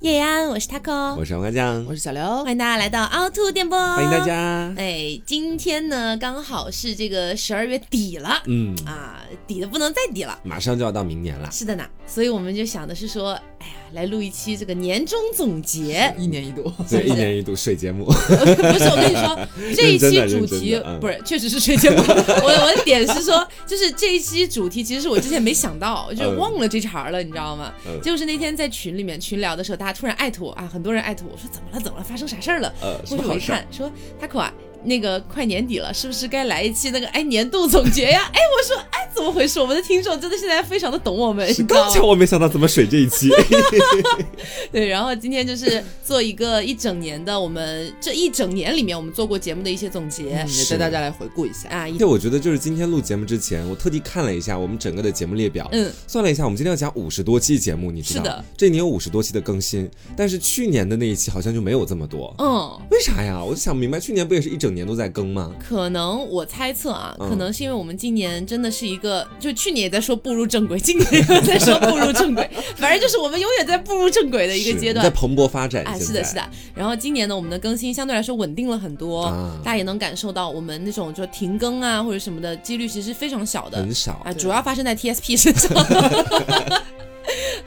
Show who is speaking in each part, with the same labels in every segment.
Speaker 1: 叶安，我是 taco，
Speaker 2: 我是王干将，
Speaker 3: 我是小刘
Speaker 1: 欢。迎大家来到凹凸电波，
Speaker 2: 欢迎大。家。
Speaker 1: 哎，今天呢刚好是这个十二月底了、
Speaker 2: 嗯，
Speaker 1: 啊，底的不能再底了。
Speaker 2: 马上就要到明年了，
Speaker 1: 是的呢，所以我们就想的是说，哎呀，来录一期这个年终总结。
Speaker 3: 一年一度，
Speaker 2: 对，一年一度睡节目，
Speaker 1: 不是，我跟你 说，这一期主题
Speaker 2: 认真的认真的嗯
Speaker 1: 不是，确实是睡节目。我我的点是说，就是这一期主题，其实是我之前没想到，就是忘了这茬儿了，你知道吗？
Speaker 2: 嗯
Speaker 1: 就是那天在群里面群聊的时候，大家突然艾特我啊，很多人艾特我说怎么了怎么了，发生啥事儿了？
Speaker 2: 呃，什
Speaker 1: 我
Speaker 2: 么
Speaker 1: 我
Speaker 2: 好
Speaker 1: 一
Speaker 2: 事儿？
Speaker 1: 看说他可啊，那个快年底了，是不是该来一期那个哎年度总结呀？ 哎，我说哎怎么回事？我们的听众真的现在非常的懂我们，你知道
Speaker 2: 刚巧
Speaker 1: 吗？
Speaker 2: 我没想到怎么水这一期，
Speaker 1: 对，然后今天就是做一个一整年的，我们这一整年里面我们做过节目的一些总结
Speaker 3: 嗯也
Speaker 2: 是
Speaker 3: 带大家来回顾一下。
Speaker 1: 啊，一
Speaker 2: 对，我觉得就是今天录节目之前，我特地看了一下我们整个的节目列表，
Speaker 1: 嗯，
Speaker 2: 算了一下，我们今天要讲五十多期节目，你知道，
Speaker 1: 是的，
Speaker 2: 这一年有五十多期的更新，但是去年的那一期好像就没有这么多，
Speaker 1: 嗯。
Speaker 2: 为啥呀？我就想不明白，去年不也是一整年都在更吗？
Speaker 1: 可能我猜测啊，
Speaker 2: 嗯
Speaker 1: 可能是因为我们今年真的是一个，就去年也在说步入正轨，今年又在说步入 正轨，反正就是我们永远在步入正轨的一个
Speaker 2: 是
Speaker 1: 阶
Speaker 2: 在
Speaker 1: 段。
Speaker 2: 蓬勃发展，
Speaker 1: 哎，
Speaker 2: 现
Speaker 1: 是的，
Speaker 2: 在
Speaker 1: 是的。然后今年呢，我们的更新相对来说稳定了很多，
Speaker 2: 啊
Speaker 1: 大家也能感受到我们那种就停更啊或者什么的几率其实非常小的
Speaker 2: 很少
Speaker 1: 啊，
Speaker 3: 对
Speaker 1: 主要发生在 TSP 身 上。
Speaker 2: 嗯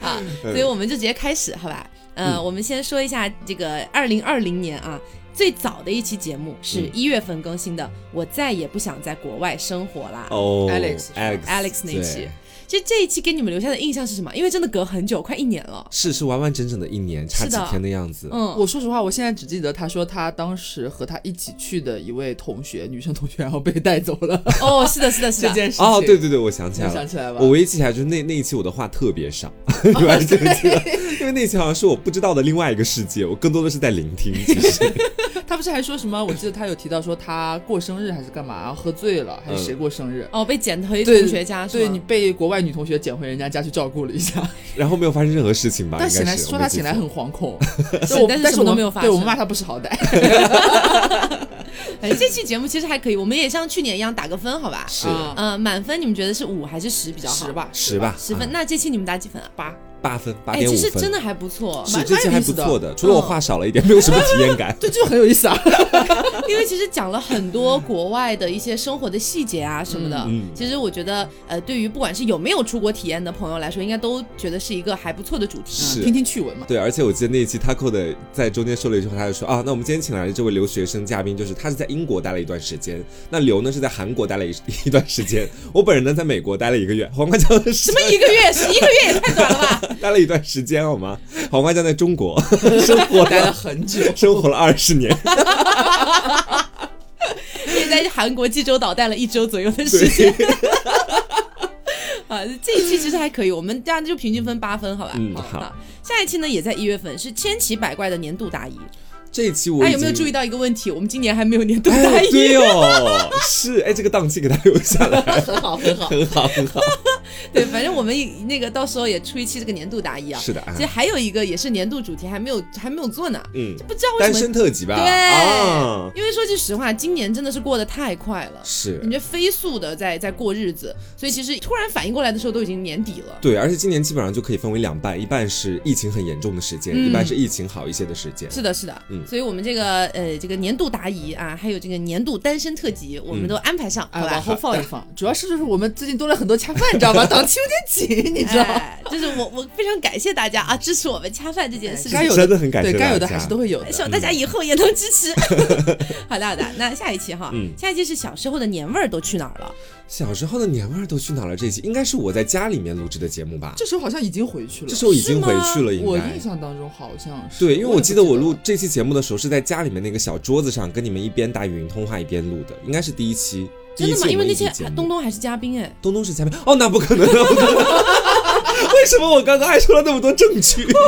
Speaker 1: 啊，所以我们就直接开始，好吧？呃，我们先说一下这个二零二零年啊，最早的一期节目是
Speaker 2: 嗯
Speaker 1: 一月份更新的，我再也不想在国外生活啦。
Speaker 2: 哦
Speaker 3: Alex
Speaker 2: Alex
Speaker 1: Alex 那一期
Speaker 2: 对
Speaker 1: 其实这一期给你们留下的印象是什么？因为真的隔很久，快一年了。
Speaker 2: 是是完完整整的一年，差
Speaker 1: 是
Speaker 2: 几
Speaker 1: 的
Speaker 2: 天的样子，
Speaker 1: 嗯，
Speaker 3: 我说实话，我现在只记得他说他当时和他一起去的一位同学，女生同学，然 后被带走了
Speaker 1: 哦，是的，是的，是
Speaker 3: 这
Speaker 1: 的。
Speaker 3: 件事情。
Speaker 2: 哦，对，对对，我想起来
Speaker 3: 你
Speaker 2: 了
Speaker 3: 想。起来吧？
Speaker 2: 我唯一记起来就是那那一期我的话特别少， 你完全记得，因为那一期好像是我不知道的另外一个世界，我更多的是在聆听。其实
Speaker 3: 他不是还说什么？我记得他有提到说他过生日还是干嘛，然后喝醉了还是谁过生日？
Speaker 1: 哦，被捡回
Speaker 3: 对
Speaker 1: 同学家是
Speaker 3: 对
Speaker 1: 吗
Speaker 3: 你被国外女同学捡回人家家去照顾了一下，
Speaker 2: 然后没有发生任何事情吧？
Speaker 3: 但
Speaker 2: 啊应
Speaker 3: 醒
Speaker 2: 该
Speaker 3: 来
Speaker 2: 是
Speaker 3: 说
Speaker 2: 我没
Speaker 3: 他
Speaker 2: 记
Speaker 3: 醒来
Speaker 2: 错
Speaker 3: 很惶恐，
Speaker 1: 是
Speaker 3: 对我
Speaker 1: 但是
Speaker 3: 但
Speaker 1: 什
Speaker 3: 是
Speaker 1: 么
Speaker 3: 我
Speaker 1: 都
Speaker 3: 们
Speaker 1: 没有发
Speaker 3: 对我
Speaker 1: 生
Speaker 3: 们骂他不识好歹。
Speaker 1: 哎，这期节目其实还可以，我们也像去年一样打个分，好吧？
Speaker 2: 是
Speaker 3: 啊
Speaker 1: 呃，满分你们觉得是五还是十比较好？
Speaker 3: 十，吧，
Speaker 2: 十吧，
Speaker 1: 十分。
Speaker 2: 啊
Speaker 1: 那这期你们打几分啊？八。
Speaker 2: 八分，八
Speaker 1: 哎，
Speaker 2: 点五
Speaker 1: 其
Speaker 2: 分，
Speaker 1: 实真的还不错，
Speaker 2: 是
Speaker 3: 蛮
Speaker 2: 这期
Speaker 3: 蛮
Speaker 2: 还
Speaker 3: 有
Speaker 2: 不
Speaker 3: 意思的
Speaker 2: 错的，除了我话少了一点，没有什么体验感。
Speaker 3: 对，就很有意思啊。
Speaker 1: 因为其实讲了很多国外的一些生活的细节啊什么的。
Speaker 2: 嗯嗯
Speaker 1: 其实我觉得，呃，对于不管是有没有出国体验的朋友来说，应该都觉得是一个还不错的主题。
Speaker 2: 是
Speaker 3: 听听趣闻嘛。
Speaker 2: 对，而且我记得那一期 Taco 的在中间说了一句话，他就说啊，那我们今天请来的这位留学生嘉宾，就是他是在英国待了一段时间，那刘呢是在韩国待了一 一段时间，我本人呢在美国待了一个月，黄瓜酱呢是
Speaker 1: 什么一个月？是一个月也太短了吧？
Speaker 2: 待了一段时间好吗？黄瓜酱在中 国生活
Speaker 3: 待了很久，
Speaker 2: 生活了二十年，
Speaker 1: 也在韩国济州岛待了一周左右的时间。啊，这一期其实还可以，我们大家就平均分八分，好吧？
Speaker 2: 嗯
Speaker 1: 好
Speaker 2: 好
Speaker 1: 那下一期呢，也在一月份，是千奇百怪的年度答疑。
Speaker 2: 这一期我
Speaker 1: 大家哎
Speaker 2: 已
Speaker 1: 有没有
Speaker 2: 经
Speaker 1: 注意？到一个问题？我们今年还没有年度答
Speaker 2: 哎，
Speaker 1: 疑。
Speaker 2: 对哦，是哎，这个档期给他留下来，
Speaker 3: 很好很好。
Speaker 2: 很好很好。
Speaker 1: 对，反正我们也那个到时候也出一期这个年度答疑啊。
Speaker 2: 是的啊
Speaker 1: 其实还有一个也是年度主题，还没有还没有做呢，
Speaker 2: 嗯，
Speaker 1: 不知道为
Speaker 2: 单
Speaker 1: 什么。
Speaker 2: 身特辑吧，
Speaker 1: 对，
Speaker 2: 啊，
Speaker 1: 因为说句实话，今年真的是过得太快了，
Speaker 2: 是
Speaker 1: 感觉飞速的在在过日子，所以其实突然反应过来的时候都已经年底了。
Speaker 2: 对，而且今年基本上就可以分为两半，一半是疫情很严重的时间，
Speaker 1: 嗯
Speaker 2: 一半是疫情好一些的时间。
Speaker 1: 是的，是的，
Speaker 2: 嗯
Speaker 1: 所以我们这个呃这个年度答疑啊，还有这个年度单身特辑，我们都
Speaker 2: 嗯
Speaker 1: 安排上，
Speaker 3: 哎，
Speaker 1: 好吧？
Speaker 3: 往 后放一放， 主要是就是我们最近多了很多恰饭， 你知道吧？档期 有点紧，你知道。
Speaker 1: 哎，就是我我非常感谢大家啊，支持我们恰饭这件事情
Speaker 3: 该。有
Speaker 2: 真的很哎感谢
Speaker 3: 对，该有的
Speaker 2: 大家
Speaker 3: 还是都会有的。
Speaker 1: 希望大家以后也能支持。 好的好的，那下一期哈，
Speaker 2: 嗯
Speaker 1: 下一期是小时候的年味儿都去哪儿了？
Speaker 2: 小时候的年味儿都去哪儿了？这一期应该是我在家里面录制的节目吧？
Speaker 3: 这时候好像已经回去了
Speaker 2: 这，时候已经回去了，应
Speaker 3: 我
Speaker 2: 该
Speaker 3: 印。象当中好像是。
Speaker 2: 对，因为我
Speaker 3: 也
Speaker 2: 记
Speaker 3: 不
Speaker 2: 得我录
Speaker 3: 了
Speaker 2: 这期节目的时候是在家里面那个小桌子上跟你们一边打语音通话一边录的，应该是第一期。第
Speaker 1: 真
Speaker 2: 一
Speaker 1: 的吗？
Speaker 2: 期
Speaker 1: 因
Speaker 2: 我
Speaker 1: 为
Speaker 2: 们
Speaker 1: 那
Speaker 2: 一起
Speaker 1: 些
Speaker 2: 节目
Speaker 1: 东东还是嘉宾哎，
Speaker 2: 东东是嘉宾哦，那不可能，那不可能。 为什么我刚刚还说了那么多证 据？你知道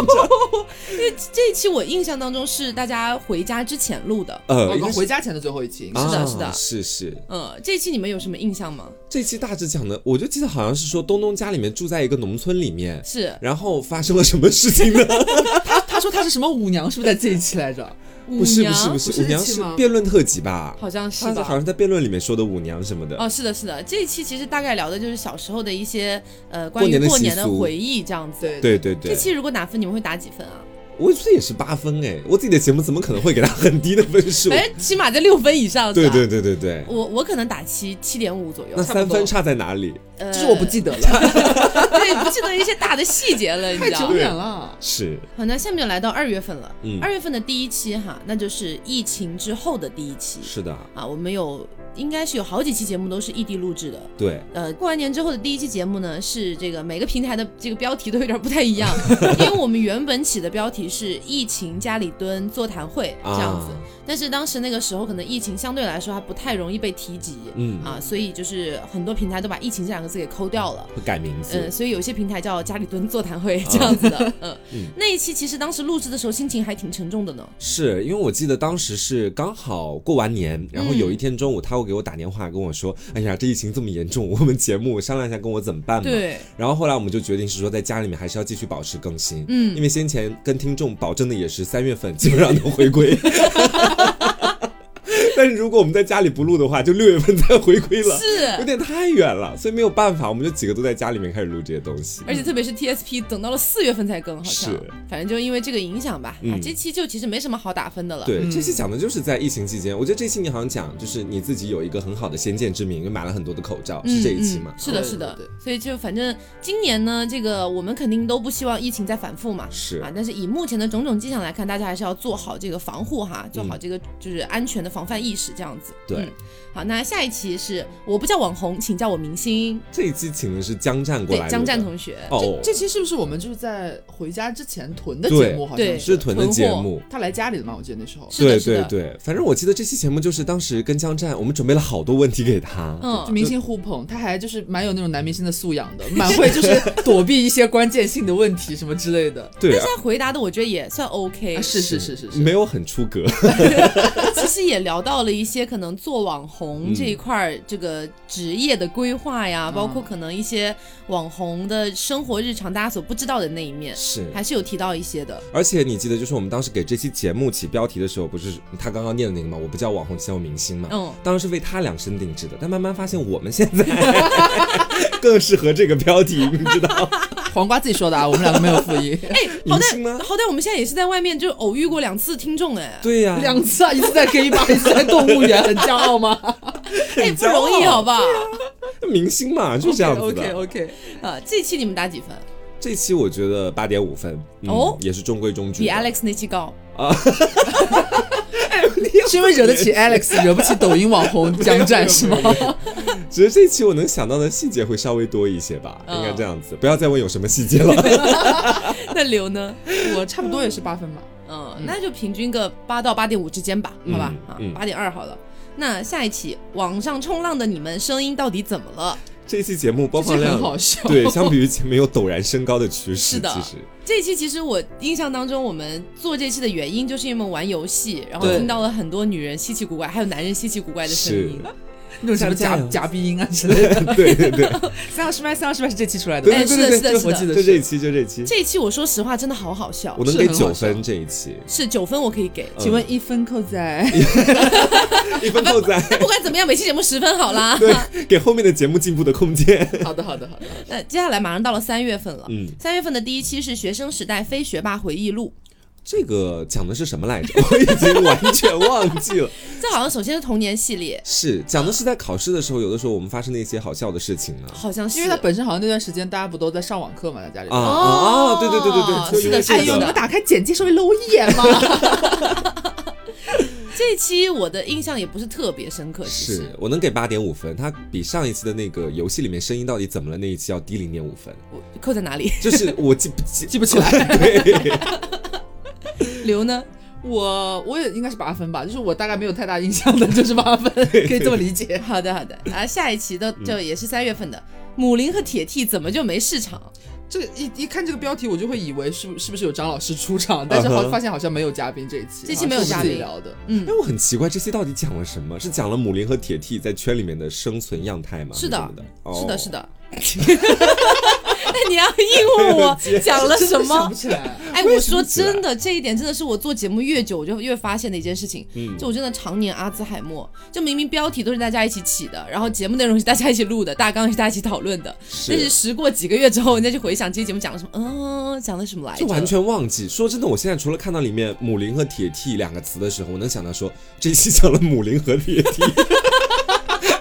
Speaker 1: 这一期我印象当中是大家回家之前录的。
Speaker 2: 呃，
Speaker 3: 我
Speaker 2: 应该
Speaker 3: 们
Speaker 2: 是
Speaker 3: 哦回家前的最后一期，应该
Speaker 1: 是的
Speaker 2: 啊
Speaker 1: 是的
Speaker 2: 是是。
Speaker 1: 嗯，这一期你们有什么印象吗？
Speaker 2: 这期大致讲的，我就记得好像是说东东家里面住在一个农村里面，
Speaker 1: 是
Speaker 2: 然后发生了什么事情呢？ 啊
Speaker 3: 他他说他是什么舞娘，是不是在这一期来着？
Speaker 1: 舞
Speaker 2: 不是不
Speaker 1: 娘
Speaker 2: 是不是，
Speaker 3: 不是
Speaker 2: 舞娘
Speaker 3: 这期
Speaker 2: 是
Speaker 3: 吗
Speaker 2: 辩论特辑吧？
Speaker 1: 好像是
Speaker 2: 他
Speaker 1: 吧？
Speaker 2: 好像在辩论里面说的舞娘什么的。
Speaker 1: 哦，是的，是的，这一期其实大概聊的就是小时候的一些呃关
Speaker 2: 过
Speaker 1: 于
Speaker 2: 年的
Speaker 1: 过
Speaker 2: 习
Speaker 1: 年的
Speaker 2: 俗
Speaker 1: 回忆这样子。
Speaker 3: 对
Speaker 2: 对对
Speaker 1: 这
Speaker 2: 对，
Speaker 1: 期如果打分，你们会打几分啊？
Speaker 2: 我觉得也是八分哎，我自己的节目怎么可能会给他很低的 分数？
Speaker 1: 反正哎起码在六分以上。
Speaker 2: 对
Speaker 1: 是吧
Speaker 2: 对，对对对，
Speaker 1: 我我可能打七七点五左右
Speaker 2: 那，
Speaker 3: 差不
Speaker 2: 三
Speaker 3: 多
Speaker 2: 分差在哪里？
Speaker 1: 呃
Speaker 3: 就是我不记得了，
Speaker 1: 对，不记得一些大的细节了，你
Speaker 3: 太
Speaker 1: 知道
Speaker 3: 久
Speaker 1: 吗？
Speaker 3: 远了。
Speaker 2: 是，
Speaker 1: 好，那下面就来到二月份了。
Speaker 2: 嗯
Speaker 1: 二、月份的第一期哈，那就是疫情之后的第一期
Speaker 2: 是的，
Speaker 1: 啊。我们有应该是有好几期节目都是异地录制的。
Speaker 2: 对，
Speaker 1: 呃，过完年之后的第一期节目呢，是这个每个平台的这个标题都有点不太一样， 因为我们原本起的标题是“疫情家里蹲座谈会”这样子，
Speaker 2: 啊，
Speaker 1: 但是当时那个时候可能疫情相对来说还不太容易被提及，
Speaker 2: 嗯，
Speaker 1: 啊，所以就是很多平台都把“疫情”这两个字给抠掉了。
Speaker 2: 会改名
Speaker 1: 嗯，
Speaker 2: 字，
Speaker 1: 所以有些平台叫家里蹲座谈会 这样子的，嗯，
Speaker 2: 嗯
Speaker 1: 那一期其实当时录制的时候心情还挺沉重的呢，
Speaker 2: 是因为我记得当时是刚好过完年，然后
Speaker 1: 嗯
Speaker 2: 有一天中午他会给我打电话跟我说，哎呀，这疫情这么严重，我们节目商量一下跟我怎么办嘛。
Speaker 1: 对，
Speaker 2: 然后后来我们就决定是说，在家里面还是要继续保持更新，
Speaker 1: 嗯
Speaker 2: 因为先前跟听众保证的也是三月份基本上能回归。 但是如果我们在家里不录的话，就六月份再回归了，有
Speaker 1: 是，
Speaker 2: 点太远了，所以没有办法，我们就几个都在家里面开始录这些东西。
Speaker 1: 而且特别是 TSP 等到了四月份才更，好像
Speaker 2: 嗯是，
Speaker 1: 反正就因为这个影响吧，啊
Speaker 2: 嗯，
Speaker 1: 这期就其实没什么好打分的了，，
Speaker 2: 对，这期讲的就是在疫情期间，我觉得这期你好像讲就是你自己有一个很好的先见之明，因为买了很多的口罩，是这一期嘛？
Speaker 1: 嗯是的，
Speaker 3: 对
Speaker 1: 是的
Speaker 3: 对，
Speaker 1: 所以就反正今年呢，这个我们肯定都不希望疫情再反复嘛，
Speaker 2: 是
Speaker 1: 啊，但是以目前的种种迹象来看，大家还是要做好这个防护哈，做好这个就是安全的防范意识这样子。
Speaker 2: 嗯对
Speaker 1: 嗯好，那下一期是我不叫网红，请叫我明星，
Speaker 2: 这一期请的是江战过
Speaker 1: 对
Speaker 2: 来，
Speaker 1: 江战同学，
Speaker 2: 哦，
Speaker 3: 这期是不是我们就是在回家之前囤的
Speaker 2: 对
Speaker 3: 节目？好
Speaker 1: 对
Speaker 3: 像
Speaker 2: 是屯的节目。
Speaker 3: 他来家里了嘛？我记得那时候
Speaker 1: 是的
Speaker 2: 对
Speaker 1: 是的
Speaker 2: 对对，反正我记得这期节目就是当时跟江战，我们准备了好多问题给他，
Speaker 3: 就
Speaker 1: 嗯，
Speaker 3: 明星互捧，他还就是蛮有那种男明星的素养的，蛮会就是躲避一些关键性的问题什么之类的。
Speaker 2: 对，
Speaker 1: 他回答的我觉得也算 OK，、
Speaker 3: 啊，是是是是是，
Speaker 2: 没有很出格，
Speaker 1: 其实也聊到了一些可能做网红
Speaker 2: 嗯
Speaker 1: 这一块儿这个职业的规划呀，包
Speaker 2: 嗯
Speaker 1: 括可能一些网红的生活日常大家所不知道的那一面，
Speaker 2: 是。
Speaker 1: 还是有提到一些的。
Speaker 2: 而且你记得，就是我们当时给这期节目起标题的时候，不是他刚刚念的那个吗？我不叫网红，叫明星嘛。
Speaker 1: 嗯，
Speaker 2: 当然是为他量身定制的，但慢慢发现我们现在 更适合这个标题，你知道？
Speaker 3: 黄瓜自己说的啊，我们两个没有复 议。
Speaker 1: 哎，好
Speaker 2: 明星
Speaker 1: 歹
Speaker 2: 吗
Speaker 1: 好歹我们现在也是在外面就偶遇过两次听众 哎，
Speaker 2: 对呀、
Speaker 3: 两次啊，一次在 K 吧，一次在动物园，很骄傲 吗
Speaker 1: 哎不容易好不好？
Speaker 2: 明星嘛，就是这样子的。
Speaker 3: ？OK OK，
Speaker 1: 啊，这期你们打几分？
Speaker 2: 这期我觉得八点五分，嗯、
Speaker 1: 哦
Speaker 2: 也是中规中矩
Speaker 1: 比
Speaker 2: 的。
Speaker 1: Alex 那期高。
Speaker 3: 是因为惹得起 Alex，惹不起抖音网红江战是 吗？
Speaker 2: 只是这期我能想到的细节会稍微多一些吧，
Speaker 1: 嗯
Speaker 2: 应该这样子。不要再问有什么细节了。
Speaker 1: 那刘呢？
Speaker 3: 我差不多也是八分吧。
Speaker 1: 嗯，那就平均个八到八点五之间吧，好吧？
Speaker 2: 嗯
Speaker 1: 啊
Speaker 2: 嗯，
Speaker 1: 八点二好了。那下一期网上冲浪的你们声音到底怎么了？
Speaker 2: 这期节目播
Speaker 3: 这
Speaker 2: 放
Speaker 3: 很
Speaker 2: 量
Speaker 3: 好笑。
Speaker 2: 对，相比于前面有陡然升高的趋势，
Speaker 1: 是的
Speaker 2: 其实
Speaker 1: 这一期其实我印象当中，我们做这期的原因就是因为我们玩游戏，然后
Speaker 2: 对
Speaker 1: 听到了很多女人稀奇古怪，还有男人稀奇古怪的声
Speaker 2: 是
Speaker 1: 音。，
Speaker 3: 那种什么
Speaker 2: 加
Speaker 3: 夹
Speaker 2: 油
Speaker 3: 夹鼻音啊之类的。
Speaker 2: 对对对，
Speaker 3: 三号失败，三号失败是这期出来的
Speaker 2: 对
Speaker 3: 吧。
Speaker 1: 哎，是的，
Speaker 2: 对对
Speaker 1: 是的，
Speaker 2: 对
Speaker 1: 是
Speaker 3: 我
Speaker 1: 的
Speaker 3: 记。得
Speaker 2: 就是这一期，就这一期，
Speaker 1: 这一期我说实话真的好好笑
Speaker 2: 我，能嗯给
Speaker 3: 是很好
Speaker 2: 九分
Speaker 3: 笑
Speaker 2: 这一期，
Speaker 1: 是九分我可以给，
Speaker 3: 请问一分扣 在？
Speaker 2: 一分扣在
Speaker 1: 不管怎么样，每期节目十分好 啦。
Speaker 2: 对，给后面的节目进步的空间。
Speaker 3: 好的好的好的。
Speaker 1: 那接下来马上到了三月份了，
Speaker 2: 嗯，
Speaker 1: 三月份的第一期是学生时代非学霸回忆录，
Speaker 2: 这个讲的是什么来着？ 我已经完全忘记了。
Speaker 1: 这好像首先是童年系列，
Speaker 2: 是讲的是在考试的时候，有的时候我们发生的一些好笑的事情呢。
Speaker 1: 好像是
Speaker 3: 因为他本身好像那段时间大家不都在上网课嘛，在家里。
Speaker 2: 啊
Speaker 1: 哦
Speaker 2: 啊！对对对对对，就是因
Speaker 1: 的
Speaker 2: 为
Speaker 1: 是
Speaker 2: 这
Speaker 1: 的
Speaker 2: 个
Speaker 3: 哎呦，你们打开简介稍微搂一眼嘛。
Speaker 1: 这期我的印象也不是特别深刻，其实
Speaker 2: 是我能给八点五分，它比上一期的那个游戏里面声音到底怎么了那一期要低零点五分，
Speaker 1: 我扣在哪里？
Speaker 2: 就是我记不记
Speaker 3: 记不起来，
Speaker 2: 对，
Speaker 1: 刘呢？
Speaker 3: 我我也应该是八分吧，就是我大概没有太大印象的， 就是八 分，可以这么理 解。
Speaker 1: 好的好的，啊，下一期的就也是三月份的。母林和铁 T 怎么就没市场？
Speaker 3: 这个一一看这个标题，我就会以为是是不是有张老师出场，但是好
Speaker 2: 嗯哼
Speaker 3: 发现好像没有嘉宾这一期，啊
Speaker 1: 这期没有嘉宾
Speaker 3: 好像是我们自己聊的。
Speaker 1: 嗯
Speaker 2: 因，哎为我很奇怪这期到底讲了什么？是讲了母林和铁 T 在圈里面的生存样态吗？哦
Speaker 1: 是的
Speaker 2: 还什么的，
Speaker 1: 是的，是
Speaker 2: 的。
Speaker 1: 的。那你要硬问我讲了什
Speaker 3: 真的 想
Speaker 1: 么
Speaker 3: 不？起来。
Speaker 1: 哎，
Speaker 2: 为
Speaker 1: 我
Speaker 2: 什么
Speaker 1: 说
Speaker 2: 起来
Speaker 1: 真的，这一点真的是我做节目越久，我就越发现的一件事情。
Speaker 2: 嗯
Speaker 1: 就我真的常年阿兹海默，就明明标题都是大家一起起的，然后节目内容是大家一起录的，大纲是大家一起讨论的，但是
Speaker 2: 是。
Speaker 1: 时过几个月之后，人家去回想这期节目讲了什么，嗯，讲的什
Speaker 3: 哎
Speaker 1: 么来着？
Speaker 2: 就完全忘记。说真的，我现在除了看到里面“母灵”和“铁剃”两个词的时候，我能想到说这一期讲了母灵和铁 剃。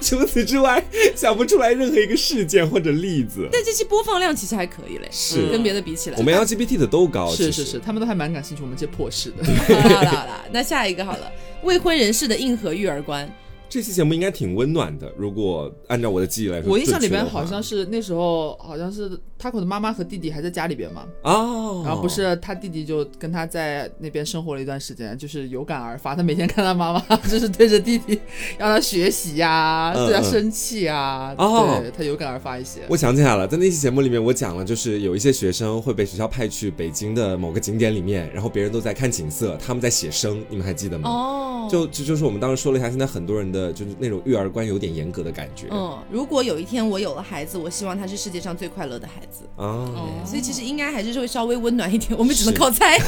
Speaker 2: 除此之外，想不出来任何一个事件或者例子。
Speaker 1: 但这期播放量其实还可以嘞，
Speaker 2: 是
Speaker 1: 跟别的比起来。
Speaker 2: 我们 LGBT 的都高，
Speaker 3: 是
Speaker 2: 其
Speaker 3: 嗯是
Speaker 2: 实
Speaker 3: 是，他们都还蛮感兴趣我们这破事的。
Speaker 1: 好了好了好了，那下一个好了，未婚人士的硬核育儿观，
Speaker 2: 这期节目应该挺温暖的，如果按照我的记忆来说，
Speaker 3: 我印象里
Speaker 2: 准
Speaker 3: 边
Speaker 2: 确的话
Speaker 3: 好像是那时候好像是 Taco 的妈妈和弟弟还在家里边嘛，
Speaker 2: 哦，
Speaker 3: 然后啊不是他弟弟就跟他在那边生活了一段时间，就是有感而发，他每天看他妈妈 就是对着弟弟让他学习呀、
Speaker 2: 嗯
Speaker 3: 对他生气呀、
Speaker 2: 哦
Speaker 3: 对他有感而发一些。
Speaker 2: 我想起来了，在那期节目里面，我讲了，就是有一些学生会被学校派去北京的某个景点里面，然后别人都在看景色，他们在写生，你们还记得吗？
Speaker 1: 哦，
Speaker 2: 就这就是我们当时说了一下，现在很多人的就是那种育儿观有点严格的感觉。
Speaker 1: 嗯，如果有一天我有了孩子，我希望他是世界上最快乐的孩子。
Speaker 3: 哦
Speaker 2: 啊，
Speaker 1: 所以其实应该还是会稍微温暖一点，我们只能
Speaker 2: 是
Speaker 1: 靠猜。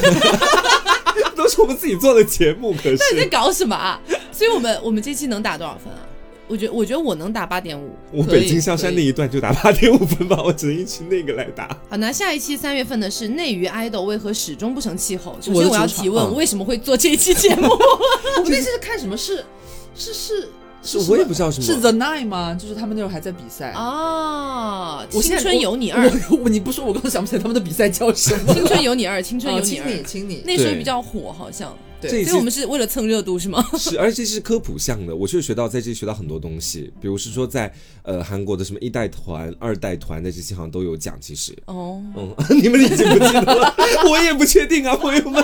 Speaker 2: 都是我们自己做的节目，可
Speaker 1: 到 底在
Speaker 2: 是
Speaker 1: 搞什么啊？所以我们我们这期能打多少分啊？我觉我觉得我能打八点五。
Speaker 2: 我
Speaker 3: 可以
Speaker 2: 北京香山那一段就打八点五分吧，我只能依据那个来打。
Speaker 1: 好，那下一期三月份的是内娱 idol 为何始终不成气候？首
Speaker 3: 我
Speaker 1: 先
Speaker 3: 的
Speaker 1: 我要
Speaker 3: 主场
Speaker 1: 提问，
Speaker 2: 嗯
Speaker 1: 我为什么会做这一期节目？
Speaker 3: 我们那次是看什么是是是
Speaker 2: 是
Speaker 3: 什么
Speaker 2: 我也不知道什么
Speaker 3: 是 The Nine 吗？就是他们那会儿还在比赛。
Speaker 1: 哦，
Speaker 3: 我
Speaker 1: 青
Speaker 3: 现在
Speaker 1: 春有你二，
Speaker 3: 我 我你不说，我刚想不起来他们的比赛叫什么。
Speaker 1: 青春有你二，青春有
Speaker 3: 哦
Speaker 1: 你
Speaker 3: 亲
Speaker 1: 二
Speaker 3: 你，，亲你，
Speaker 1: 那时候
Speaker 2: 对
Speaker 1: 比较火，好像。
Speaker 3: 对
Speaker 2: 这一
Speaker 1: 所以我
Speaker 2: 期
Speaker 1: 们是为了蹭热度是 吗？
Speaker 2: 是，而且是科普项的，我确实学到在这里学到很多东西，比如是说在呃韩国的什么一代团、二代团在这期好像都有讲，其实。
Speaker 1: 哦，
Speaker 2: 嗯， 你们已经不记得了， 我也不确定啊，朋友们，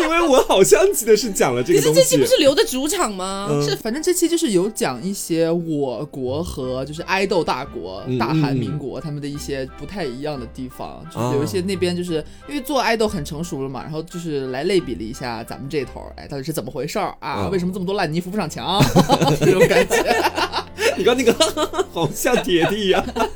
Speaker 2: 因为我好像记得是讲了这
Speaker 1: 可
Speaker 2: 个东
Speaker 1: 是
Speaker 2: 西。
Speaker 1: 这期不是留的主场吗？
Speaker 2: 嗯
Speaker 3: 是，反正这期就是有讲一些我国和就是爱豆大国、
Speaker 2: 嗯
Speaker 3: 大韩民国他们的一些不太一样的地方，就
Speaker 2: 啊
Speaker 3: 是有一些那边就是因为做爱豆很成熟了嘛，然后就是来类比了一下咱们这头儿，哎，到底是怎么回事儿啊？
Speaker 2: 嗯
Speaker 3: 为什么这么多烂泥扶不上 墙？啊这种感 觉，
Speaker 2: 你刚那个 好像铁弟一啊样。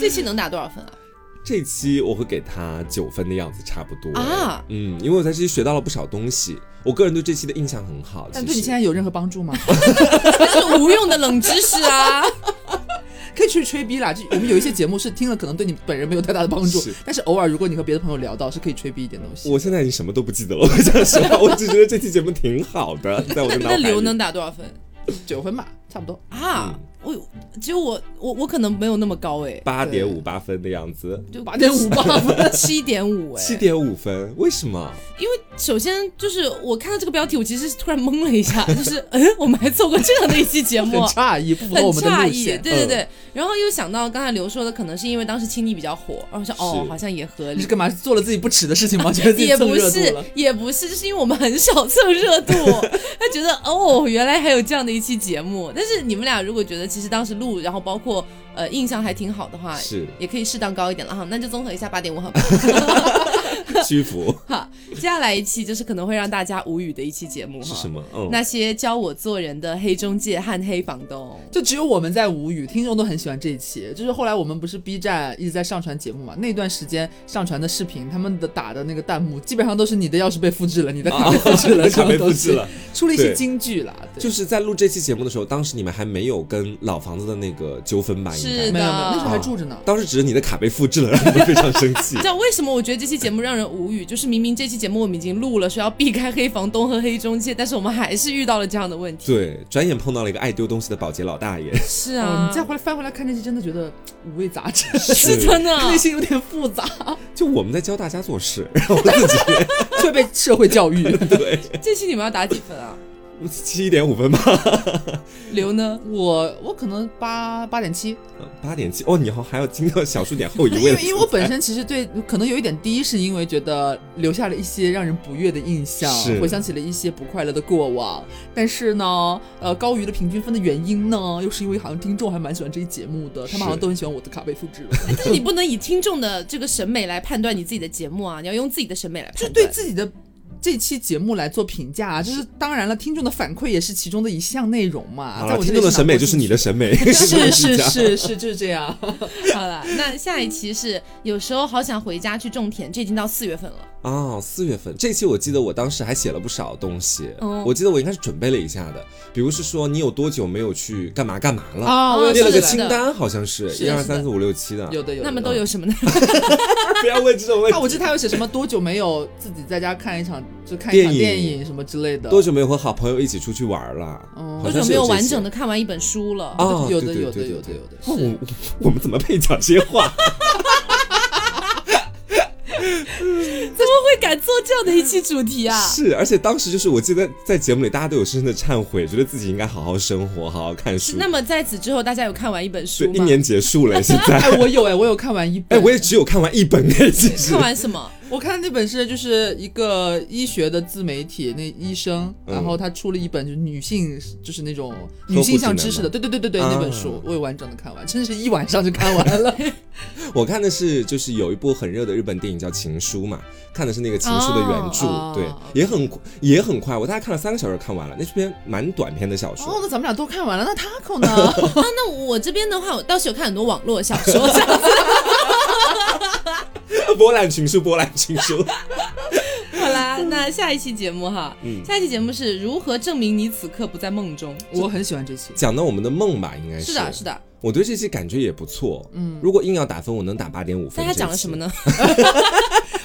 Speaker 1: 这期能打多少分啊？
Speaker 2: 这期我会给他九分的样子，差不多
Speaker 1: 啊
Speaker 2: 嗯，因为我在这期学到了不少东西，我个人对这期的印象很好。
Speaker 3: 但
Speaker 2: 其
Speaker 3: 对你
Speaker 2: 实
Speaker 3: 现在有任何帮助吗？
Speaker 1: 那是无用的冷知识啊！
Speaker 3: 可以去吹逼啦，就我们有一些节目是听了可能对你本人没有太大的帮助
Speaker 2: 是，
Speaker 3: 但是偶尔如果你和别的朋友聊到，是可以吹逼一点东西。
Speaker 2: 我现在已经什么都不记得了， 我讲实话，我只觉得这期节目挺好的，在 我的脑海
Speaker 1: 那
Speaker 2: 里。
Speaker 1: 刘 能打多少分
Speaker 3: 九分吧，差不多。
Speaker 1: 啊？我只有我我我可能没有那么高哎，
Speaker 2: 嗯八点五八分的样子，
Speaker 1: 就
Speaker 3: 八点五吧，
Speaker 1: 七点五哎，
Speaker 2: 七点五分，为什么？
Speaker 1: 因为首先就是我看到这个标题，我其实是突然懵了一 下，就是嗯，我们还做过这样的一期节
Speaker 3: 很
Speaker 1: 目，啊
Speaker 3: 诧异，不符
Speaker 1: 很
Speaker 3: 合我们的
Speaker 1: 诧
Speaker 3: 路
Speaker 1: 异，
Speaker 2: 嗯
Speaker 3: 线。
Speaker 1: 对对对。然后又想到刚才刘说的，可能是因为当时青你比较火，然后我说哦
Speaker 2: 是，
Speaker 1: 好像也合
Speaker 3: 你
Speaker 1: 理
Speaker 3: 是。干嘛做了自己不耻的事情吗？ 觉得自己
Speaker 1: 也
Speaker 3: 蹭
Speaker 1: 不
Speaker 3: 热度
Speaker 1: 是
Speaker 3: 了？，
Speaker 1: 也不是，就是因为我们很少蹭热 度，他觉得哦，原来还有这样的一期节目。但是你们俩如果觉得其实当时录，然后包括呃印象还挺好的话，
Speaker 2: 是
Speaker 1: 也可以适当高一点了哈。那就综合一下八点五好 吧。
Speaker 2: 屈服
Speaker 1: 好，接下来一期就是可能会让大家无语的一期节目哈。
Speaker 2: 是什么？嗯，
Speaker 1: 那些教我做人的黑中介和黑房 东，
Speaker 3: 就只有我们在无语，听众都很喜欢这一期。就是后来我们不是 B 站一直在上传节目嘛，那段时间上传的视频，他们的打的那个弹幕基本上都是你的钥匙被复制了，你的卡被复制了，这
Speaker 2: 啊卡被复
Speaker 3: 种东
Speaker 2: 制
Speaker 3: 西
Speaker 2: 了。
Speaker 3: 出了一些
Speaker 2: 对
Speaker 3: 金句啦。对
Speaker 2: 就是在录这期节目的时候，当时你们还没有跟老房子的那个纠纷吧？应
Speaker 1: 是
Speaker 2: 该
Speaker 1: 的
Speaker 3: 没有没有，那时候还住着呢。
Speaker 2: 当时只是你的卡被复制了，让你们非常生气
Speaker 1: 你知。道为什么我觉得这期节目让人无语？就是明明这期节目我们已经录了，说要避开黑房东和黑中介，但是我们还是遇到了这样的问题。
Speaker 2: 对，转眼碰到了一个爱丢东西的保洁老大爷。
Speaker 1: 是
Speaker 3: 哦
Speaker 1: 啊，
Speaker 3: 你再回来翻回来看那期，真的觉得五味杂陈，
Speaker 1: 是 真的啊呢
Speaker 3: 内心有点复杂，
Speaker 2: 就我们在教大家做事， 然后自己
Speaker 3: 却被社 会教育。
Speaker 2: 对
Speaker 1: 这期你们要打几分 啊？
Speaker 2: 七点五分吧，
Speaker 1: 刘呢？
Speaker 3: 我我可能八八点七，
Speaker 2: 八点七哦，你好，还要经过小数点后一
Speaker 3: 因
Speaker 2: 位
Speaker 3: 为
Speaker 2: 的
Speaker 3: 因为我本身其实对可能有一点，第一是因为觉得留下了一些让人不悦的印象
Speaker 2: 是，
Speaker 3: 回想起了一些不快乐的过往。但是呢，呃，高于的平均分的原因呢，又是因为好像听众还蛮喜欢这一节目的，他们好像
Speaker 2: 是
Speaker 3: 都很喜欢我的卡被复制 了，
Speaker 1: 哎但是你不能以听众的这个审美来判断你自己的节目啊，你要用自己的审美来判
Speaker 3: 就
Speaker 1: 断。
Speaker 3: 对自己的这期节目来做评价啊，就是当然了，听众的反馈也是其中的一项内容嘛。
Speaker 2: 好
Speaker 3: 啊在
Speaker 2: 了，
Speaker 3: 我这
Speaker 2: 听
Speaker 3: 里
Speaker 2: 众的
Speaker 3: 是
Speaker 2: 审美
Speaker 3: 拿不
Speaker 2: 就是
Speaker 3: 进
Speaker 2: 你的
Speaker 3: 去
Speaker 2: 审 美，
Speaker 3: 是是
Speaker 2: 这样
Speaker 3: 是是，就是这 样。
Speaker 1: 好了，那下一期是有时候好想回家去种田，这已经到四月份了。
Speaker 2: 啊，四月份这期我记得我当时还写了不少东西，
Speaker 1: 嗯
Speaker 3: 哦
Speaker 2: 我记得我应该是准备了一下的，比如是说你有多久没有去干嘛干嘛了，
Speaker 3: 啊
Speaker 1: 我有
Speaker 2: 列了
Speaker 1: 是
Speaker 2: 个
Speaker 1: 的
Speaker 2: 清单，好像是
Speaker 3: 是
Speaker 2: 一
Speaker 3: 的
Speaker 2: 二
Speaker 3: 是的
Speaker 2: 三四五六七的，
Speaker 3: 有的有的，
Speaker 1: 那么都有什么呢？
Speaker 2: 不要问这种问
Speaker 3: 啊，
Speaker 2: 题。
Speaker 3: 我记得他有写什么多久没有自己在家看一场，就看一场
Speaker 2: 电
Speaker 3: 电
Speaker 2: 影
Speaker 3: 影什么之类 的。
Speaker 2: 多久没有和好朋友一起出去玩了？
Speaker 3: 嗯
Speaker 2: 好
Speaker 1: 多
Speaker 2: 像
Speaker 1: 久
Speaker 2: 是
Speaker 1: 没有
Speaker 2: 这
Speaker 1: 完
Speaker 2: 些
Speaker 1: 整的看完一本书了？
Speaker 2: 啊？
Speaker 3: 哦有
Speaker 2: 对
Speaker 3: 的
Speaker 2: 对
Speaker 3: 有的
Speaker 2: 对
Speaker 3: 有的
Speaker 2: 对
Speaker 3: 有的
Speaker 2: 哇我 我我们怎么配讲这些话？
Speaker 1: 怎么会敢做这样的一期主题 啊？
Speaker 2: 是，而且当时就是我记得在节目里，大家都有深深的忏悔，觉得自己应该好好生活，好好看书。
Speaker 1: 那么在此之后，大家有看完一本
Speaker 2: 对
Speaker 1: 书
Speaker 2: 一
Speaker 1: 吗？
Speaker 2: 年结束了，现 在
Speaker 3: 哎，我有哎，我有看完一
Speaker 2: 哎，
Speaker 3: 本，
Speaker 2: 我也只有看完一本哎，其实
Speaker 1: 看完 什么？啊
Speaker 3: 我看那本是就是一个医学的自媒体，那医生，
Speaker 2: 嗯
Speaker 3: 然后他出了一本就是女性，就是那种
Speaker 2: 护
Speaker 3: 女性向
Speaker 2: 指南
Speaker 3: 知识
Speaker 2: 吗
Speaker 3: 的，对对对对对，
Speaker 2: 啊
Speaker 3: 那本书我也完整的看完，真是一晚上就看完 了。
Speaker 2: 我看的是就是有一部很热的日本电影叫《情书》嘛，看的是那个《情书》的原著，
Speaker 3: 哦
Speaker 2: 对
Speaker 3: 哦，
Speaker 2: 也很也很快，我大概看了三个小时看完了，那
Speaker 1: 哦
Speaker 2: 是篇蛮短篇的小
Speaker 3: 哦，
Speaker 2: 说。
Speaker 3: 那咱们俩都看完了，那 Taco 呢？
Speaker 1: 啊，那我这边的话，我倒是有看很多网络小 说，这样
Speaker 2: 波兰群书，波兰群 书，
Speaker 1: 好啦。那下一期节目哈，下一期节目是如何证明你此刻不在梦中？
Speaker 3: 我很喜欢这期，
Speaker 2: 讲到我们的梦吧，应该
Speaker 1: 是的，是的。
Speaker 2: 我对这期感觉也不错，嗯，如果硬要打分，我能打八点五分。
Speaker 1: 但他讲了什么？呢？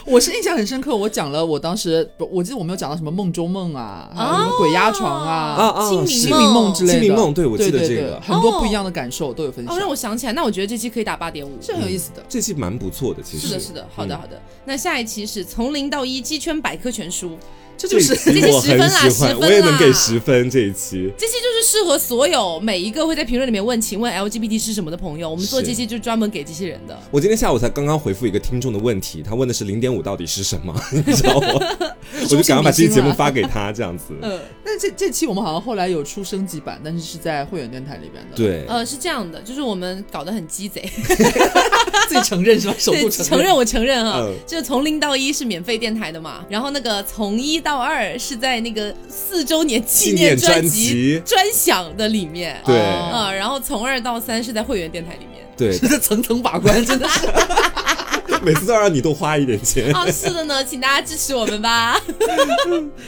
Speaker 3: 我是印象很深刻，我讲了我当时，不我记得我没有讲到什么梦中梦啊，还有什么鬼压床
Speaker 2: 啊
Speaker 3: 啊、
Speaker 2: 啊，
Speaker 1: 清明
Speaker 2: 是
Speaker 3: 清明梦之类的。
Speaker 2: 清明梦对我记得
Speaker 3: 对
Speaker 2: 这
Speaker 3: 对
Speaker 2: 个
Speaker 3: 很多不一样的感受都有分享
Speaker 1: 哦，，让我想起来，那我觉得这期可以打八点五。
Speaker 3: 是很有意思的。
Speaker 2: 这期蛮不错的，其实
Speaker 1: 是的，是的，好的，
Speaker 2: 嗯
Speaker 1: 好的。那下一期是从零到一鸡圈百科全书，
Speaker 3: 这
Speaker 2: 这
Speaker 3: 就是
Speaker 2: 期
Speaker 1: 这期
Speaker 2: 我
Speaker 1: 十分啦
Speaker 2: 很
Speaker 1: 十
Speaker 2: 喜欢，
Speaker 1: 分
Speaker 2: 我也能给
Speaker 1: 啦
Speaker 2: 十分。这一期
Speaker 1: 这期就是适合所有每一个会在评论里面问“请问 LGBT 是什么”的朋友。我们做这期就专门给这些人的。
Speaker 2: 我今天下午才刚刚回复一个听众的问题，他问的是零点五到底是什么， 你知道吗？ 我就赶快把这期节目发给他，这样子。
Speaker 1: 嗯，
Speaker 3: 但是这这期我们好像后来有出升级版，但是是在会员电台里边 的。，
Speaker 2: 对，
Speaker 1: 呃，是这样的，就是我们搞得很鸡贼，
Speaker 3: 自己承认是吧？首
Speaker 1: 对，
Speaker 3: 度
Speaker 1: 承
Speaker 3: 认。
Speaker 1: 认我承认啊，
Speaker 2: 嗯
Speaker 1: 就是从零到一是免费电台的嘛，然后那个从一到二是在那个四周年纪念
Speaker 2: 纪念专辑
Speaker 1: 辑专享的里面，
Speaker 2: 对
Speaker 1: 啊、然后从二到三是在会员电台里 面。
Speaker 2: 对，
Speaker 3: 这层层把关，真的是。
Speaker 2: 每次都要让你多花一点钱。
Speaker 1: 啊，是的呢，请大家支持我们 吧。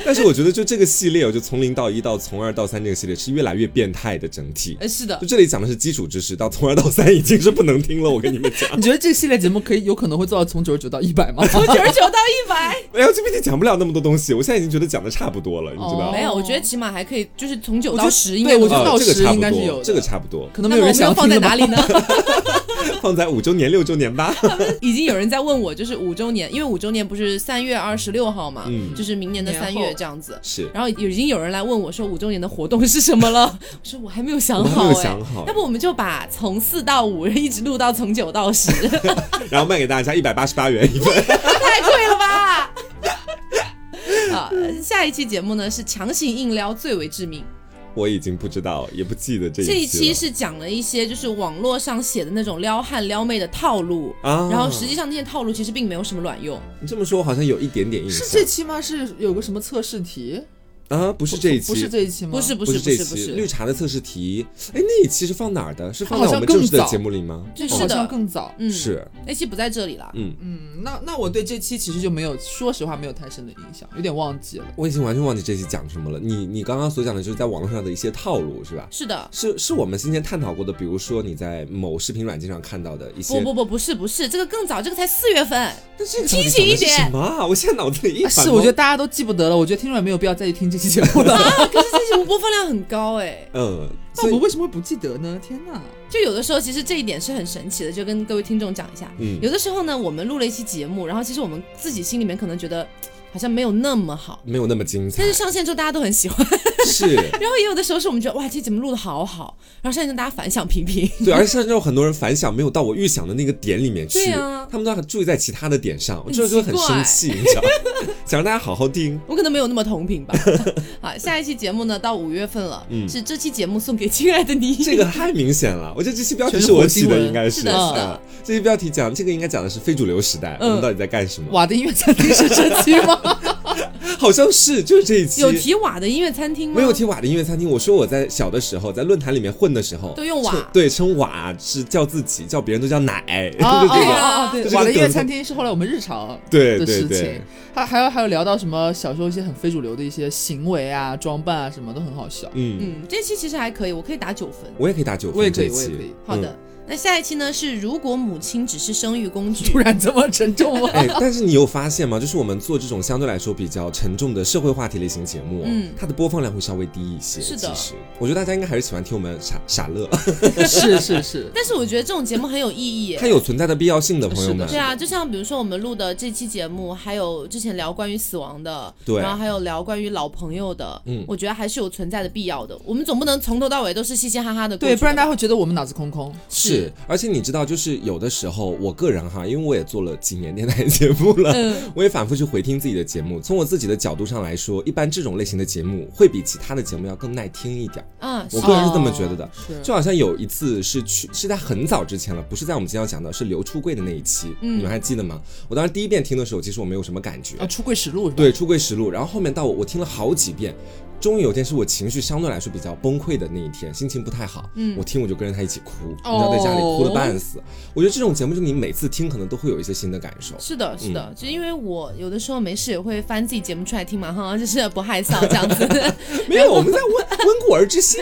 Speaker 2: 但是我觉得就这个系列，我就从零到一到从二到三这个系列是越来越变态的整体。
Speaker 1: 呃，是的
Speaker 2: 就，这里讲的是基础知识，到从二到三已经是不能听了。我跟你们讲
Speaker 3: 你觉得这系列节目可以有可能会做到从九十九到一 百吗？
Speaker 1: 从九十九到一百，
Speaker 2: ，LGBT 讲不了那么多东西，我现在已经觉得讲的差不多了，你知道
Speaker 3: 哦
Speaker 1: 没？有，我觉得起码还可以，就是从九
Speaker 3: 我
Speaker 1: 到
Speaker 3: 就
Speaker 1: 十，应该
Speaker 3: 对我
Speaker 1: 都
Speaker 3: 就
Speaker 1: 有
Speaker 2: 啊
Speaker 3: 到
Speaker 2: 这个
Speaker 3: 十
Speaker 2: 差
Speaker 3: 应
Speaker 2: 不
Speaker 3: 该是有
Speaker 2: 多，
Speaker 3: 的
Speaker 2: 这个差不多，
Speaker 3: 可能
Speaker 1: 那
Speaker 3: 没
Speaker 1: 么我
Speaker 3: 有人
Speaker 1: 们
Speaker 3: 想
Speaker 1: 要
Speaker 3: 要
Speaker 1: 放
Speaker 3: 听
Speaker 1: 在
Speaker 3: 了
Speaker 1: 哪里
Speaker 3: 吧？
Speaker 1: 呢？
Speaker 2: 放在五周年、六周年吧。
Speaker 1: 已经有人在问我，就是五周年，因为五周年不是三月二十六号嘛，
Speaker 2: 嗯
Speaker 1: 就是明年的三
Speaker 3: 年
Speaker 1: 月
Speaker 3: 后
Speaker 1: 这样子。
Speaker 2: 是，
Speaker 1: 然后已经有人来问我说五周年的活动是什么 了，我说我还没有想
Speaker 2: 我还
Speaker 1: 好、
Speaker 2: 没
Speaker 1: 哎，
Speaker 2: 有想好
Speaker 1: 要不我们就把从四到五一直录到从九到 十，
Speaker 2: 然后卖给大家一百八十八元一份。
Speaker 1: 太贵了吧？啊，下一期节目呢是强行硬撩最为致命。
Speaker 2: 我已经不知道，也不记得这
Speaker 1: 这一
Speaker 2: 一
Speaker 1: 期
Speaker 2: 期
Speaker 1: 是讲了一些就是网络上写的那种撩汉撩妹的套路，
Speaker 2: 了啊。
Speaker 1: 然后实际上那些套路其实并没有什么卵用。
Speaker 2: 你这么说，我好像有一点点印
Speaker 3: 是
Speaker 2: 象。
Speaker 3: 这期吗？是有个什么测试题？
Speaker 2: 啊，不是这一期，
Speaker 3: 不是这一期吗？
Speaker 1: 不是不
Speaker 2: 嗯不
Speaker 1: 是
Speaker 2: 这一
Speaker 1: 不
Speaker 2: 期绿
Speaker 1: 是，
Speaker 2: 茶的测试题。哎，那一期是放哪儿的？是放在
Speaker 3: 好
Speaker 2: 我
Speaker 3: 像
Speaker 2: 们正式的
Speaker 3: 更早
Speaker 2: 节目里吗？哦
Speaker 1: 这
Speaker 3: 好
Speaker 1: 是
Speaker 3: 像
Speaker 1: 的，
Speaker 3: 更早。
Speaker 1: 嗯，
Speaker 2: 是，
Speaker 1: 那期不在这里了。
Speaker 2: 嗯，
Speaker 3: 嗯，那那我对这期其实就没有，说实话没有太深的印象，有点忘记了。
Speaker 2: 我已经完全忘记这期讲什么了。你你刚刚所讲的就是在网络上的一些套路，是吧？
Speaker 1: 是的，
Speaker 2: 是是我们今天探讨过的，比如说你在某视频软件上看到的一些，
Speaker 1: 不不不，不是不是，这个更早，这个才四月份。
Speaker 2: 但这个
Speaker 1: 清
Speaker 2: 到底
Speaker 1: 醒一
Speaker 2: 讲的是
Speaker 1: 点
Speaker 2: 什么啊？我现在脑子里一
Speaker 3: 啊
Speaker 2: 反
Speaker 3: 是，我觉得
Speaker 2: 懵
Speaker 3: 大家都记不得了，我觉得听众也没有必要再去听这期节目 了。
Speaker 1: 啊，可是这节目播放量很高哎，
Speaker 2: 嗯，
Speaker 3: 那
Speaker 2: 所
Speaker 3: 我
Speaker 2: 以
Speaker 3: 们为什么会不记得呢？天哪！
Speaker 1: 就有的时候其实这一点是很神奇的，就跟各位听众讲一下，
Speaker 2: 嗯
Speaker 1: 有的时候呢，我们录了一期节目，然后其实我们自己心里面可能觉得嘖嗯好像没有那么好。
Speaker 2: 没有那么精彩
Speaker 1: 但是，上线之后大家都很喜欢，
Speaker 2: 是
Speaker 1: 然后也有的时候是我们觉得哇，这节目录的好好，然后上线之后大家反响平 平。
Speaker 2: 对，而且像这种很多人反响没有到我预想的那个点里面去，
Speaker 1: 对啊
Speaker 2: 他们都很注意在其他的点上，我
Speaker 1: 很
Speaker 2: 这就很
Speaker 1: 奇怪
Speaker 2: 生气，你知道吗， 想让大家好好听。
Speaker 1: 我可能没有那么同频吧。 好，下一期节目呢，到五月份了，
Speaker 2: 嗯
Speaker 1: 是这期节目送给亲爱的你。
Speaker 2: 这个太明显了，我觉得这期标题
Speaker 3: 全是
Speaker 2: 是我
Speaker 3: 火
Speaker 2: 起
Speaker 3: 星
Speaker 2: 的，
Speaker 3: 文
Speaker 2: 应该
Speaker 1: 是的是的
Speaker 2: 啊这期标题讲这个应该讲的是非主流时代，我们
Speaker 1: 嗯
Speaker 2: 到底在干什么？
Speaker 3: 瓦的音乐餐厅是这期吗？
Speaker 2: 好像是就是这一 期
Speaker 1: 有提瓦的音乐餐厅吗？
Speaker 2: 没有提瓦的音乐餐厅。我说我在小的时候在论坛里面混的时候，
Speaker 1: 都用瓦
Speaker 2: 称对，称瓦是叫自己，叫别人都叫奶，
Speaker 3: 啊
Speaker 2: 就这
Speaker 1: 哦
Speaker 2: 种。
Speaker 3: 啊啊！对
Speaker 2: 就，是
Speaker 3: 瓦的
Speaker 2: 这
Speaker 3: 音乐
Speaker 2: 种
Speaker 3: 餐厅是后来我们日常
Speaker 2: 对
Speaker 3: 的
Speaker 2: 对
Speaker 3: 事
Speaker 2: 对
Speaker 3: 情，，还还有还有聊到什么小时候一些很非主流的一些行为啊、装扮啊什么都很好笑。
Speaker 2: 嗯，
Speaker 1: 嗯，这期其实还可以，我可以打九分。
Speaker 2: 我也可以打九
Speaker 3: 我也
Speaker 2: 分
Speaker 3: 可
Speaker 2: 这
Speaker 3: 以
Speaker 2: 一
Speaker 3: 我也
Speaker 2: 期嗯
Speaker 3: 可以。
Speaker 1: 好的，那下一期呢是如果母亲只是生育工具
Speaker 3: 突，然这么沉重吗？
Speaker 2: 哎，但是你有发现吗？就是我们做这种相对来说比较沉重的社会话题类型节目，哦
Speaker 1: 嗯
Speaker 2: 它的播放量会稍微低一些。
Speaker 1: 是的
Speaker 2: 其实我觉得大家应该还是喜欢听我们傻傻乐，
Speaker 3: 是是是，
Speaker 1: 但是我觉得这种节目很有意义。
Speaker 2: 它有存在的必要性的，朋友们
Speaker 1: 对。啊，就像比如说我们录的这期节目，还有之前聊关于死亡的，
Speaker 2: 对
Speaker 1: 然后还有聊关于老朋友的，
Speaker 2: 嗯
Speaker 1: 我觉得还是有存在的必要的。我们总不能从头到尾都是嘻嘻哈哈的过去
Speaker 3: 对，
Speaker 1: 的，
Speaker 3: 不然大家会觉得我们脑子空空。
Speaker 2: 是，而且你知道，就是有的时候，我个人哈，因为我也做了几年电台 节目了，
Speaker 1: 嗯
Speaker 2: 我也反复去回听自己的节目。从我自己的角度上来说，一般这种类型的节目会比其他的节目要更耐听一点儿。
Speaker 1: 嗯，
Speaker 2: 我
Speaker 1: 是
Speaker 2: 个人是这么觉得的。
Speaker 3: 是
Speaker 2: 就好像有一次是去是在很早之前了，不是在我们今天要讲的，是刘出柜的那一期，
Speaker 1: 嗯
Speaker 2: 你们还记得吗？我当时第一遍听的时候，其实我没有什么感觉，
Speaker 3: 啊，出柜实录是吧？
Speaker 2: 对，出柜实录，然后后面到我我听了好几遍，终于有一天是我情绪相对来说比较崩溃的那一天，心情不太好，
Speaker 1: 嗯
Speaker 2: 我听我就跟着他一起哭，你知
Speaker 3: 哦
Speaker 2: 道在家里哭的半死。我觉得这种节目就是你每次听可能都会有一些新的感受。
Speaker 1: 是的，是的，就因为我有的时候没事也会翻自己节目出来听嘛，哈，就是不害臊这样子。
Speaker 2: 没有，我们在温温故而知新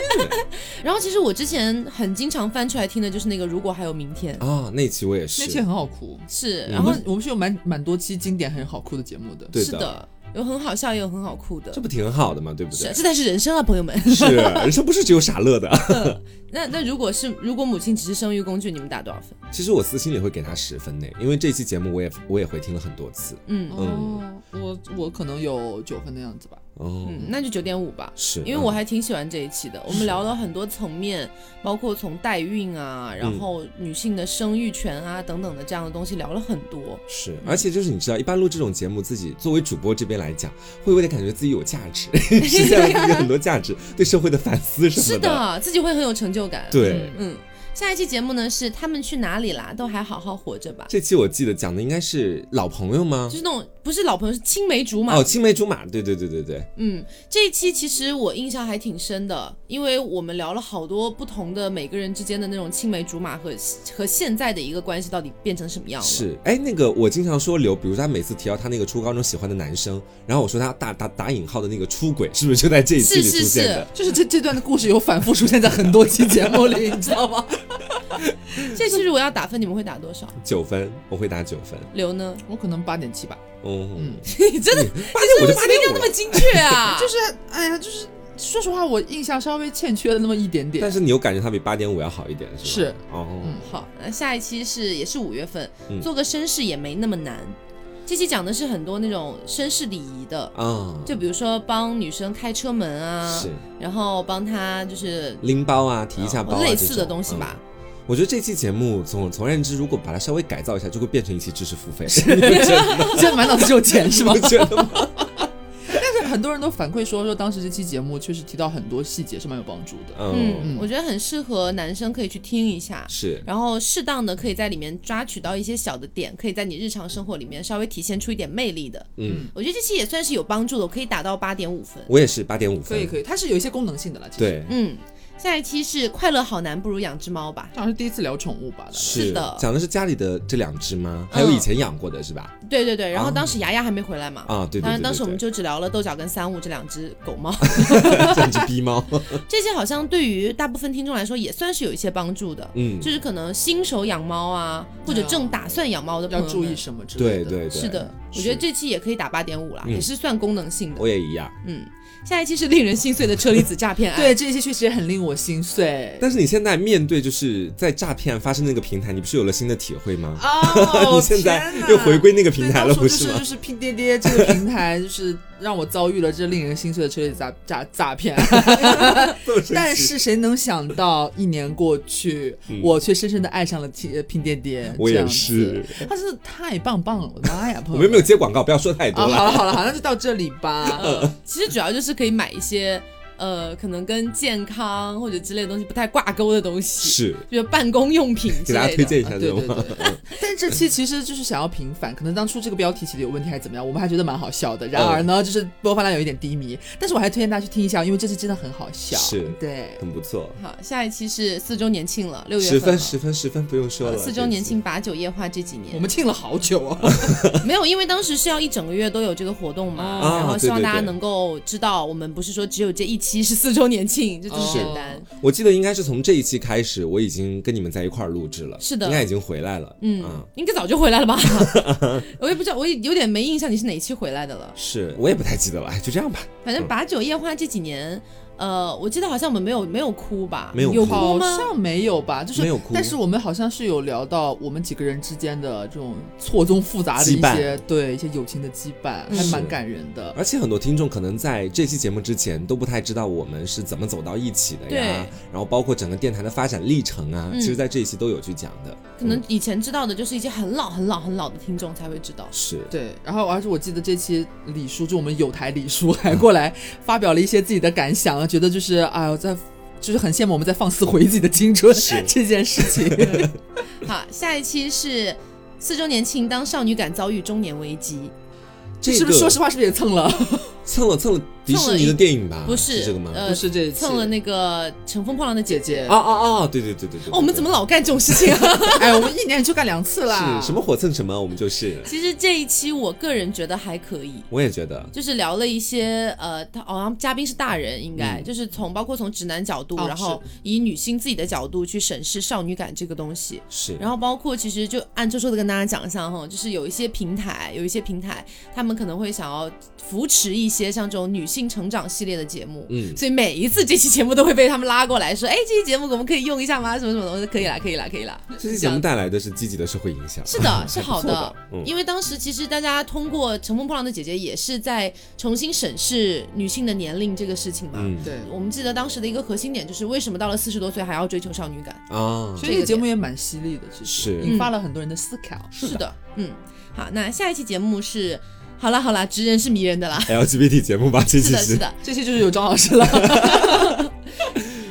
Speaker 1: 然后其实我之前很经常翻出来听的就是那个《如果还有明天》，
Speaker 2: 啊，那期我也是
Speaker 3: 那期很好哭。
Speaker 1: 是，
Speaker 2: 嗯
Speaker 1: 然
Speaker 3: 我
Speaker 1: 后
Speaker 3: 们我们是有蛮蛮多期经典很好哭的节目的。
Speaker 2: 对
Speaker 1: 是的，有很好笑也有很好哭的
Speaker 2: 这，不挺好的吗？对不
Speaker 1: 是
Speaker 2: 对？
Speaker 1: 这才是人生啊，朋友们。
Speaker 2: 是，人生不是只有傻乐的。
Speaker 1: 那那如果是如果母亲只是生育工具，你们打多少分？
Speaker 2: 其实我私心里会给他十分呢，因为这期节目我也我也回听了很多次。
Speaker 1: 嗯
Speaker 3: 哦，我我可能有九分的样子吧。
Speaker 2: 哦，
Speaker 1: 嗯，那就九点五吧。
Speaker 2: 是，嗯
Speaker 1: 因为我还挺喜欢这一期的，我们聊了很多层面，包括从代孕啊，
Speaker 2: 嗯
Speaker 1: 然后女性的生育权啊等等的这样的东西聊了很 多。
Speaker 2: 是，而且就是你知道，一般录这种节目，自己作为主播这边来讲，会有点感觉自己有价值， 实现了 自己很多价值，对社会的反思什
Speaker 1: 是
Speaker 2: 么的。
Speaker 1: 的，自己会很有成就感。，
Speaker 2: 对，
Speaker 1: 嗯，下一期节目呢是他们去哪里啦？都还好好活着吧？
Speaker 2: 这期我记得讲的应该是老朋友吗
Speaker 1: 就？是那种不是老朋友，是青梅竹马。
Speaker 2: 哦，青梅竹马，对对对对对，
Speaker 1: 嗯，这一期其实我印象还挺深的，因为我们聊了好多不同的每个人之间的那种青梅竹马和和现在的一个关系到底变成什么样了。
Speaker 2: 是。哎，那个我经常说刘，比如说他每次提到他那个初高中喜欢的男生，然后我说他打打打引号的那个出轨，是不是就在这一期
Speaker 1: 是
Speaker 2: 里
Speaker 1: 是
Speaker 2: 出 现的？
Speaker 1: 是，
Speaker 3: 就是这这段的故事有反复出现在很多期节目里， 你知道吗？
Speaker 1: 这期如果要打分，你们会打多少？
Speaker 2: 九分，我会打九分。
Speaker 1: 刘 呢？
Speaker 3: 我可能八点七吧。
Speaker 2: 嗯
Speaker 3: 嗯，
Speaker 1: 你真的，你
Speaker 2: 八点五
Speaker 1: 为
Speaker 2: 就
Speaker 1: 什么
Speaker 2: 八
Speaker 1: 一
Speaker 2: 点
Speaker 1: 定要
Speaker 2: 五
Speaker 1: 那
Speaker 2: 了
Speaker 1: 么。精确啊？
Speaker 3: 就是，哎呀，就是说实话，我印象稍微欠缺了那么一点点
Speaker 2: 但。是你又感觉它比八点五要好一点，是吗？
Speaker 3: 是，
Speaker 2: 哦，
Speaker 3: 嗯
Speaker 1: 好，那下一期是也是五月份，
Speaker 2: 嗯
Speaker 1: 做个绅士也没那么难。这期讲的是很多那种绅士礼仪的，
Speaker 2: 啊，
Speaker 1: 就比如说帮女生开车门啊
Speaker 2: 是，
Speaker 1: 然后帮她就是
Speaker 2: 拎包啊，提一下包、啊、
Speaker 1: 呃类似
Speaker 2: 这
Speaker 1: 的
Speaker 2: 种
Speaker 1: 东西吧。。
Speaker 2: 嗯我觉得这期节目从从而言之，如果把它稍微改造一下，就会变成一期知识付 费。你们觉得
Speaker 3: 现在满脑子只有 钱是吗
Speaker 2: 你？们觉得吗？
Speaker 3: 但是很多人都反馈说，说当时这期节目确实提到很多细节是蛮有帮助的。
Speaker 2: 嗯，
Speaker 1: 嗯，我觉得很适合男生可以去听一下，
Speaker 2: 是。
Speaker 1: 然后适当的可以在里面抓取到一些小的点，可以在你日常生活里面稍微体现出一点魅力的。
Speaker 2: 嗯，
Speaker 1: 我觉得这期也算是有帮助的，我可以打到八点五分。
Speaker 2: 我也是八点五
Speaker 3: 可
Speaker 2: 分。
Speaker 3: 以可以，它是有一些功能性的了。其实，
Speaker 2: 对，
Speaker 1: 嗯，下一期是快乐好难，不如养只猫吧。
Speaker 3: 好像是第一次聊宠物吧？大概
Speaker 1: 是的嗯
Speaker 2: 讲的是家里的这两只吗？还有以前养过的是吧？
Speaker 1: 对对对，然后
Speaker 2: 啊
Speaker 1: 当时牙牙还没回来嘛。
Speaker 2: 啊，对对对对对。
Speaker 1: 当然，当时我们就只聊了豆角跟三五这两只狗 猫，
Speaker 2: 这两只 逼猫。
Speaker 1: 这些好像对于大部分听众来说也算是有一些帮助的，
Speaker 2: 嗯，
Speaker 1: 就是可能新手养猫啊，或者正打算养猫的朋
Speaker 3: 要
Speaker 1: 友们
Speaker 3: 注意什么之类
Speaker 2: 对
Speaker 3: 的。
Speaker 2: 对对。
Speaker 1: 是的，我觉得
Speaker 2: 是
Speaker 1: 这期也可以打八点五啦，
Speaker 2: 嗯
Speaker 1: 也是算功能性的
Speaker 2: 我。也一样。
Speaker 1: 嗯，下一期是令人心碎的车厘子诈骗案。
Speaker 3: 对，这一期确实也很令我心碎。
Speaker 2: 但是你现在面对就是在诈骗发生那个平台，你不是有了新的体会吗？
Speaker 3: 哦
Speaker 2: 你现在
Speaker 3: 天哪
Speaker 2: 又回归那个 平台了，
Speaker 3: 对当
Speaker 2: 不
Speaker 3: 初就是
Speaker 2: 吗？
Speaker 3: 就是拼爹爹这个平台，就是让我遭遇了这令人心碎的车里诈诈 诈骗。
Speaker 2: 这么神奇
Speaker 3: 但是谁能想到，一年过去，我却深深的爱上了拼拼爹爹。
Speaker 2: 嗯我
Speaker 3: 这
Speaker 2: 也
Speaker 3: 样子
Speaker 2: 是，
Speaker 3: 他真的太棒棒了，我的妈呀！
Speaker 2: 我
Speaker 3: 朋友
Speaker 2: 们又没有接广告，不要说太
Speaker 3: 啊，
Speaker 2: 多了。 嗯
Speaker 1: 呃
Speaker 2: 呃
Speaker 3: 好了好了，好，那就到这里吧。啊
Speaker 1: 其实主要就是可以买一些呃，可能跟健康或者之类的东西不太挂钩的东西，
Speaker 2: 是
Speaker 1: 比如办公用品之
Speaker 2: 给大
Speaker 1: 类
Speaker 2: 家
Speaker 1: 的。
Speaker 2: 推荐一下
Speaker 3: 啊
Speaker 2: 这
Speaker 3: 对
Speaker 2: 种
Speaker 3: 对
Speaker 2: 吗？
Speaker 3: 对。但这期其实就是想要平反，可能当初这个标题起的有问题还是怎么样，我们还觉得蛮好笑的。然
Speaker 2: 嗯
Speaker 3: 而呢，就是播放量有一点低迷，但是我还推荐大家去听一下，因为这期真的很好笑。
Speaker 2: 是
Speaker 3: 对。
Speaker 2: 很不错，
Speaker 1: 好，下一期是四周年庆了，六月份
Speaker 2: 十分
Speaker 1: 了
Speaker 2: 十分十分不用说
Speaker 1: 呃
Speaker 2: 了。
Speaker 1: 四周年
Speaker 2: 这次
Speaker 1: 庆把酒夜话这几年，
Speaker 3: 我们庆了好久啊！
Speaker 1: 没有，因为当时是要一整个月都有这个活动嘛，
Speaker 2: 啊
Speaker 1: 然后希望
Speaker 2: 对对
Speaker 1: 大家
Speaker 2: 对
Speaker 1: 能够知道，我们不是说只有这一期是四周年庆，就这么
Speaker 3: 哦
Speaker 1: 简单。
Speaker 2: 我记得应该是从这一期开始，我已经跟你们在一块儿录制了，
Speaker 1: 是的
Speaker 2: 应该已经回来了，啊
Speaker 1: 嗯，应该早就回来了吧？ 我也不知道，我也有点没印象你是哪一期回来的了。
Speaker 2: 是我也不太记得了，哎，就这样吧，
Speaker 1: 反正
Speaker 2: 嗯
Speaker 1: 把酒夜话这几年，呃，我记得好像我们没有没有哭吧？
Speaker 2: 没有
Speaker 1: 有
Speaker 2: 哭
Speaker 1: 哭
Speaker 3: 好
Speaker 1: 吗？
Speaker 3: 像没有吧，就是
Speaker 2: 没有哭
Speaker 3: 但是我们好像是有聊到我们几个人之间的这种错综复杂的一
Speaker 2: 羁绊
Speaker 3: 些对一些友情的羁绊，还
Speaker 2: 是
Speaker 3: 蛮感人的。
Speaker 2: 而且很多听众可能在这期节目之前都不太知道我们是怎么走到一起的
Speaker 1: 对
Speaker 2: 呀，然后包括整个电台的发展历程啊，
Speaker 1: 嗯
Speaker 2: 其实在这一期都有去讲的，
Speaker 1: 可能
Speaker 2: 嗯
Speaker 1: 以前知道的就是一些很老很老很老的听众才会知道。
Speaker 2: 是
Speaker 3: 对，然后而且我记得这期李叔，就我们有台李叔还过来发表了一些自己的感想，觉得就是哎呦，在就是很羡慕我们在放肆回忆自己的青春
Speaker 2: 是
Speaker 3: 这件事情。
Speaker 1: 好，下一期是四周年庆，当少女感遭遇中年危机，
Speaker 2: 这个
Speaker 3: 是不是？说实话，是不是也蹭了？
Speaker 2: 蹭了蹭了迪士尼的电影吧？
Speaker 1: 不
Speaker 2: 是这个吗？
Speaker 1: 呃
Speaker 3: 不是这一期
Speaker 1: 蹭了那个《乘风破浪的姐
Speaker 3: 姐
Speaker 1: 姐》
Speaker 3: 姐
Speaker 2: 啊，啊啊！对对对对对，
Speaker 1: 哦，我们怎么啊老干这种事情啊？
Speaker 3: 哎，我们一年就干两次啦。
Speaker 2: 是什么火蹭什么？我们就是，
Speaker 1: 其实这一期我个人觉得还可以。
Speaker 2: 我也觉得
Speaker 1: 就是聊了一些呃，他好像嘉宾是大人，应该、
Speaker 2: 嗯
Speaker 1: 就是从包括从直男角度，
Speaker 3: 哦
Speaker 1: 然后以女性自己的角度去审视少女感这个东西。
Speaker 2: 是。
Speaker 1: 然后包括其实就按周周的跟大家讲一下哈，就是有一些平台，有一些平台他们可能会想要扶持一些像这种女性成长系列的节目，
Speaker 2: 嗯
Speaker 1: 所以每一次这期节目都会被他们拉过来说，哎，这期节目我们可以用一下吗？什么什么东西，可以啦，可以啦，可以啦。
Speaker 2: 这期节目带来的是积极的社会影响，
Speaker 1: 是的，是好
Speaker 2: 不 错的，嗯，
Speaker 1: 因为当时其实大家通过《乘风破浪的姐姐》也是在重新审视女性的年龄这个事情嘛。
Speaker 2: 嗯
Speaker 3: 对，
Speaker 1: 我们记得当时的一个核心点就是为什么到了四十多岁还要追求少女感？
Speaker 2: 啊，
Speaker 3: 所以这个节目也蛮犀利的，其实
Speaker 2: 是
Speaker 3: 引发了很多人的思考。
Speaker 1: 是的，嗯，好，那下一期节目是，好啦好啦，直人是迷人的啦，
Speaker 2: LGBT 节目吧，这
Speaker 1: 是
Speaker 2: 期
Speaker 1: 的，是的。
Speaker 3: 这期就是有张老师了，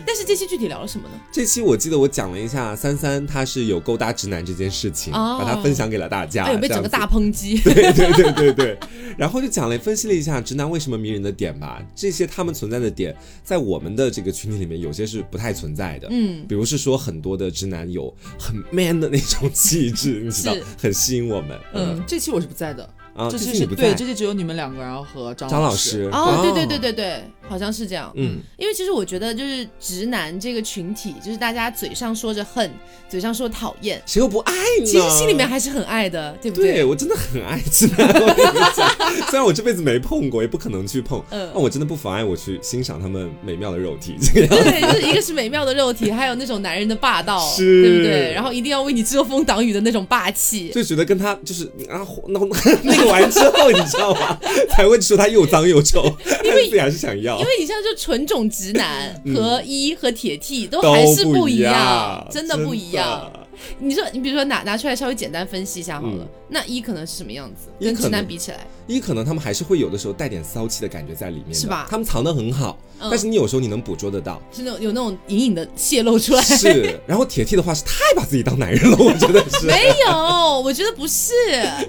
Speaker 1: 但是这期具体聊了什么呢？
Speaker 2: 这期我记得我讲了一下三三他是有勾搭直男这件事情，
Speaker 1: 哦
Speaker 2: 把它分享给了大家，
Speaker 1: 哎呦，被
Speaker 2: 这
Speaker 1: 整
Speaker 2: 样
Speaker 1: 个
Speaker 2: 子
Speaker 1: 大抨 击。
Speaker 2: 对对对对对，然后就讲了分析了一下直男为什么迷人的点吧，这些他们存在的点，在我们的这个群体里面有些是不太存在的，
Speaker 1: 嗯，
Speaker 2: 比如是说很多的直男有很 man 的那种气 质，你知道
Speaker 1: 是，
Speaker 2: 很吸引我们，
Speaker 1: 嗯
Speaker 3: 这期我是不在的，
Speaker 2: 啊，这
Speaker 3: 这期
Speaker 2: 期你
Speaker 3: 是
Speaker 2: 不
Speaker 3: 对，
Speaker 2: 在，
Speaker 3: 这期只有你们两个，然后和张
Speaker 2: 张老
Speaker 3: 师。
Speaker 2: 师，啊
Speaker 1: 哦，对对对，对对，好像是这样。
Speaker 2: 嗯，
Speaker 1: 因为其实我觉得，就是直男这个群体，就是大家嘴上说着恨，嘴上说讨厌，
Speaker 2: 谁又不爱呢？
Speaker 1: 其实心里面。还是很爱的，对不
Speaker 2: 对我真的很爱直男， 我跟你讲，虽然我这辈子没碰过，也不可能去碰，
Speaker 1: 嗯
Speaker 2: 但我真的不妨碍我去欣赏他们美妙的肉体。这个样
Speaker 1: 对，就是一个是美妙的肉体，还有那种男人的霸道，
Speaker 2: 是
Speaker 1: 对不对？然后一定要为你遮风挡雨的那种霸气。
Speaker 2: 就觉得跟他就是啊， 那那个完之后，你知道吗？ 才会说他又脏又臭，但 是自己还是想要
Speaker 1: 因。为你像就纯种直男和一和铁 T 都
Speaker 2: 嗯都
Speaker 1: 还是
Speaker 2: 不
Speaker 1: 一
Speaker 2: 样，
Speaker 1: 真的不一样。。你说，你比如说拿拿出来稍微简单分析一下好了，那一可能是什么样子？
Speaker 2: 一
Speaker 1: 跟
Speaker 2: 嗯可
Speaker 1: 直
Speaker 2: 能
Speaker 1: 男比起来，
Speaker 2: 一可能他们还是会有的时候带点骚气的感觉在里面的，
Speaker 1: 是吧
Speaker 2: 他们藏得很好，
Speaker 1: 嗯
Speaker 2: 但是你有时候你能捕捉得到。
Speaker 1: 是那种有那种隐隐的泄露出来。
Speaker 2: 是，然后铁 T 的话是太把自己当男人了，我觉得是。
Speaker 1: 没有，我觉得不是。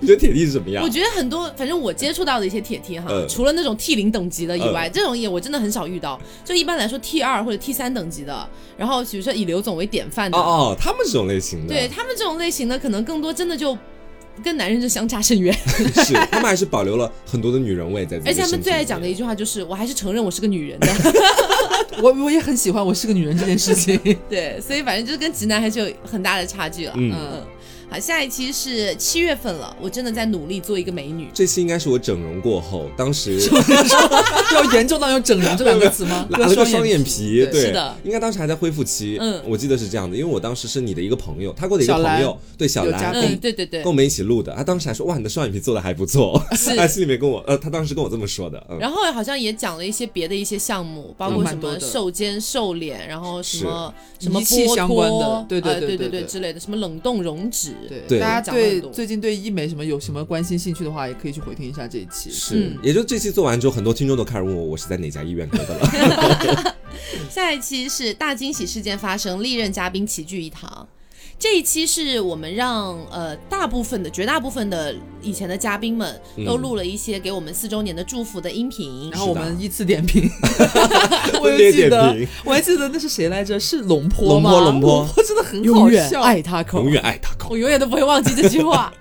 Speaker 2: 你觉得铁 T 是什么样
Speaker 1: 我？觉得很多，反正我接触到的一些铁 T 哈，
Speaker 2: 嗯
Speaker 1: 除了那种 T 零等级的以外，这种也我真的很少遇到。就一般来说 T 二或者 T 三等级的，然后比如说以刘总为典范的，
Speaker 2: 哦哦，他们这种类型的，
Speaker 1: 对 他们这种类型的，可能更多真的就跟男人就相差甚 远。
Speaker 2: 是，他们还是保留了很多的女人味在自己
Speaker 1: 而
Speaker 2: 的身体里面。
Speaker 1: 且他们最爱讲的一句话就是：“我还是承认我是个女人的。
Speaker 3: 我我也很喜欢我是个女人这件事情。”
Speaker 1: 对，所以反正就是跟直男还是有很大的差距了。
Speaker 2: 嗯
Speaker 1: 嗯，好，下一期是七月份了，我真的在努力做一个美女。
Speaker 2: 这期应该是我整容过后，当时？
Speaker 3: 要严重到用“整容”这两个词吗
Speaker 2: 拉了个双眼皮，
Speaker 3: 对
Speaker 2: 对，
Speaker 1: 是的
Speaker 2: 应该当时还在恢复期，
Speaker 1: 嗯
Speaker 2: 我记得是这样的，因为我当时是你的一个朋友，他跟我的一个
Speaker 3: 小兰
Speaker 2: 朋友，对小
Speaker 3: 有
Speaker 2: 兰
Speaker 3: 嘉。
Speaker 1: 嗯，
Speaker 3: 宾
Speaker 1: 对对对
Speaker 2: 跟我。们一起录的，他当时还说哇，你的双眼皮做的还不错，
Speaker 1: 是
Speaker 3: 哎
Speaker 2: 他心里面跟我，呃，他当时跟我这么说的，嗯，
Speaker 1: 然后好像也讲了一些别的一些项目，包
Speaker 3: 嗯
Speaker 1: 括
Speaker 3: 蛮
Speaker 1: 什
Speaker 3: 多
Speaker 1: 么
Speaker 3: 的
Speaker 1: 瘦肩、瘦脸，然后什么什么
Speaker 3: 仪器
Speaker 1: 剥
Speaker 3: 相关的
Speaker 1: 脱
Speaker 3: 对对
Speaker 1: 呃
Speaker 3: 对
Speaker 1: 对
Speaker 3: 对
Speaker 1: 对
Speaker 3: 对
Speaker 1: 之类的，什么冷冻溶脂，
Speaker 3: 对
Speaker 2: 对
Speaker 3: 大家
Speaker 1: 讲得很
Speaker 3: 对
Speaker 1: 多
Speaker 3: 最近对医美什么有什么关心兴趣的话，也可以去回听一下这一期。
Speaker 2: 是
Speaker 1: 嗯，
Speaker 2: 也就这期做完之后，很多听众都开始问我我是在哪家医院割的了。
Speaker 1: 下一期是大惊喜事件发生，历任嘉宾齐聚一堂。这一期是我们让呃大部分的绝大部分的以前的嘉宾们都录了一些给我们四周年的祝福的音频，
Speaker 3: 然后我们依次 点评，我
Speaker 2: 分
Speaker 3: 又
Speaker 2: 裂
Speaker 3: 记
Speaker 2: 点
Speaker 3: 得
Speaker 2: 评，
Speaker 3: 我还记得那是谁来着？是龙坡
Speaker 2: 龙
Speaker 3: 吗？
Speaker 2: 坡龙坡
Speaker 3: 真的很好
Speaker 1: 永远
Speaker 3: 笑。
Speaker 1: 爱他口
Speaker 2: 永，远爱他狗。
Speaker 1: 我永远都不会忘记这句 话。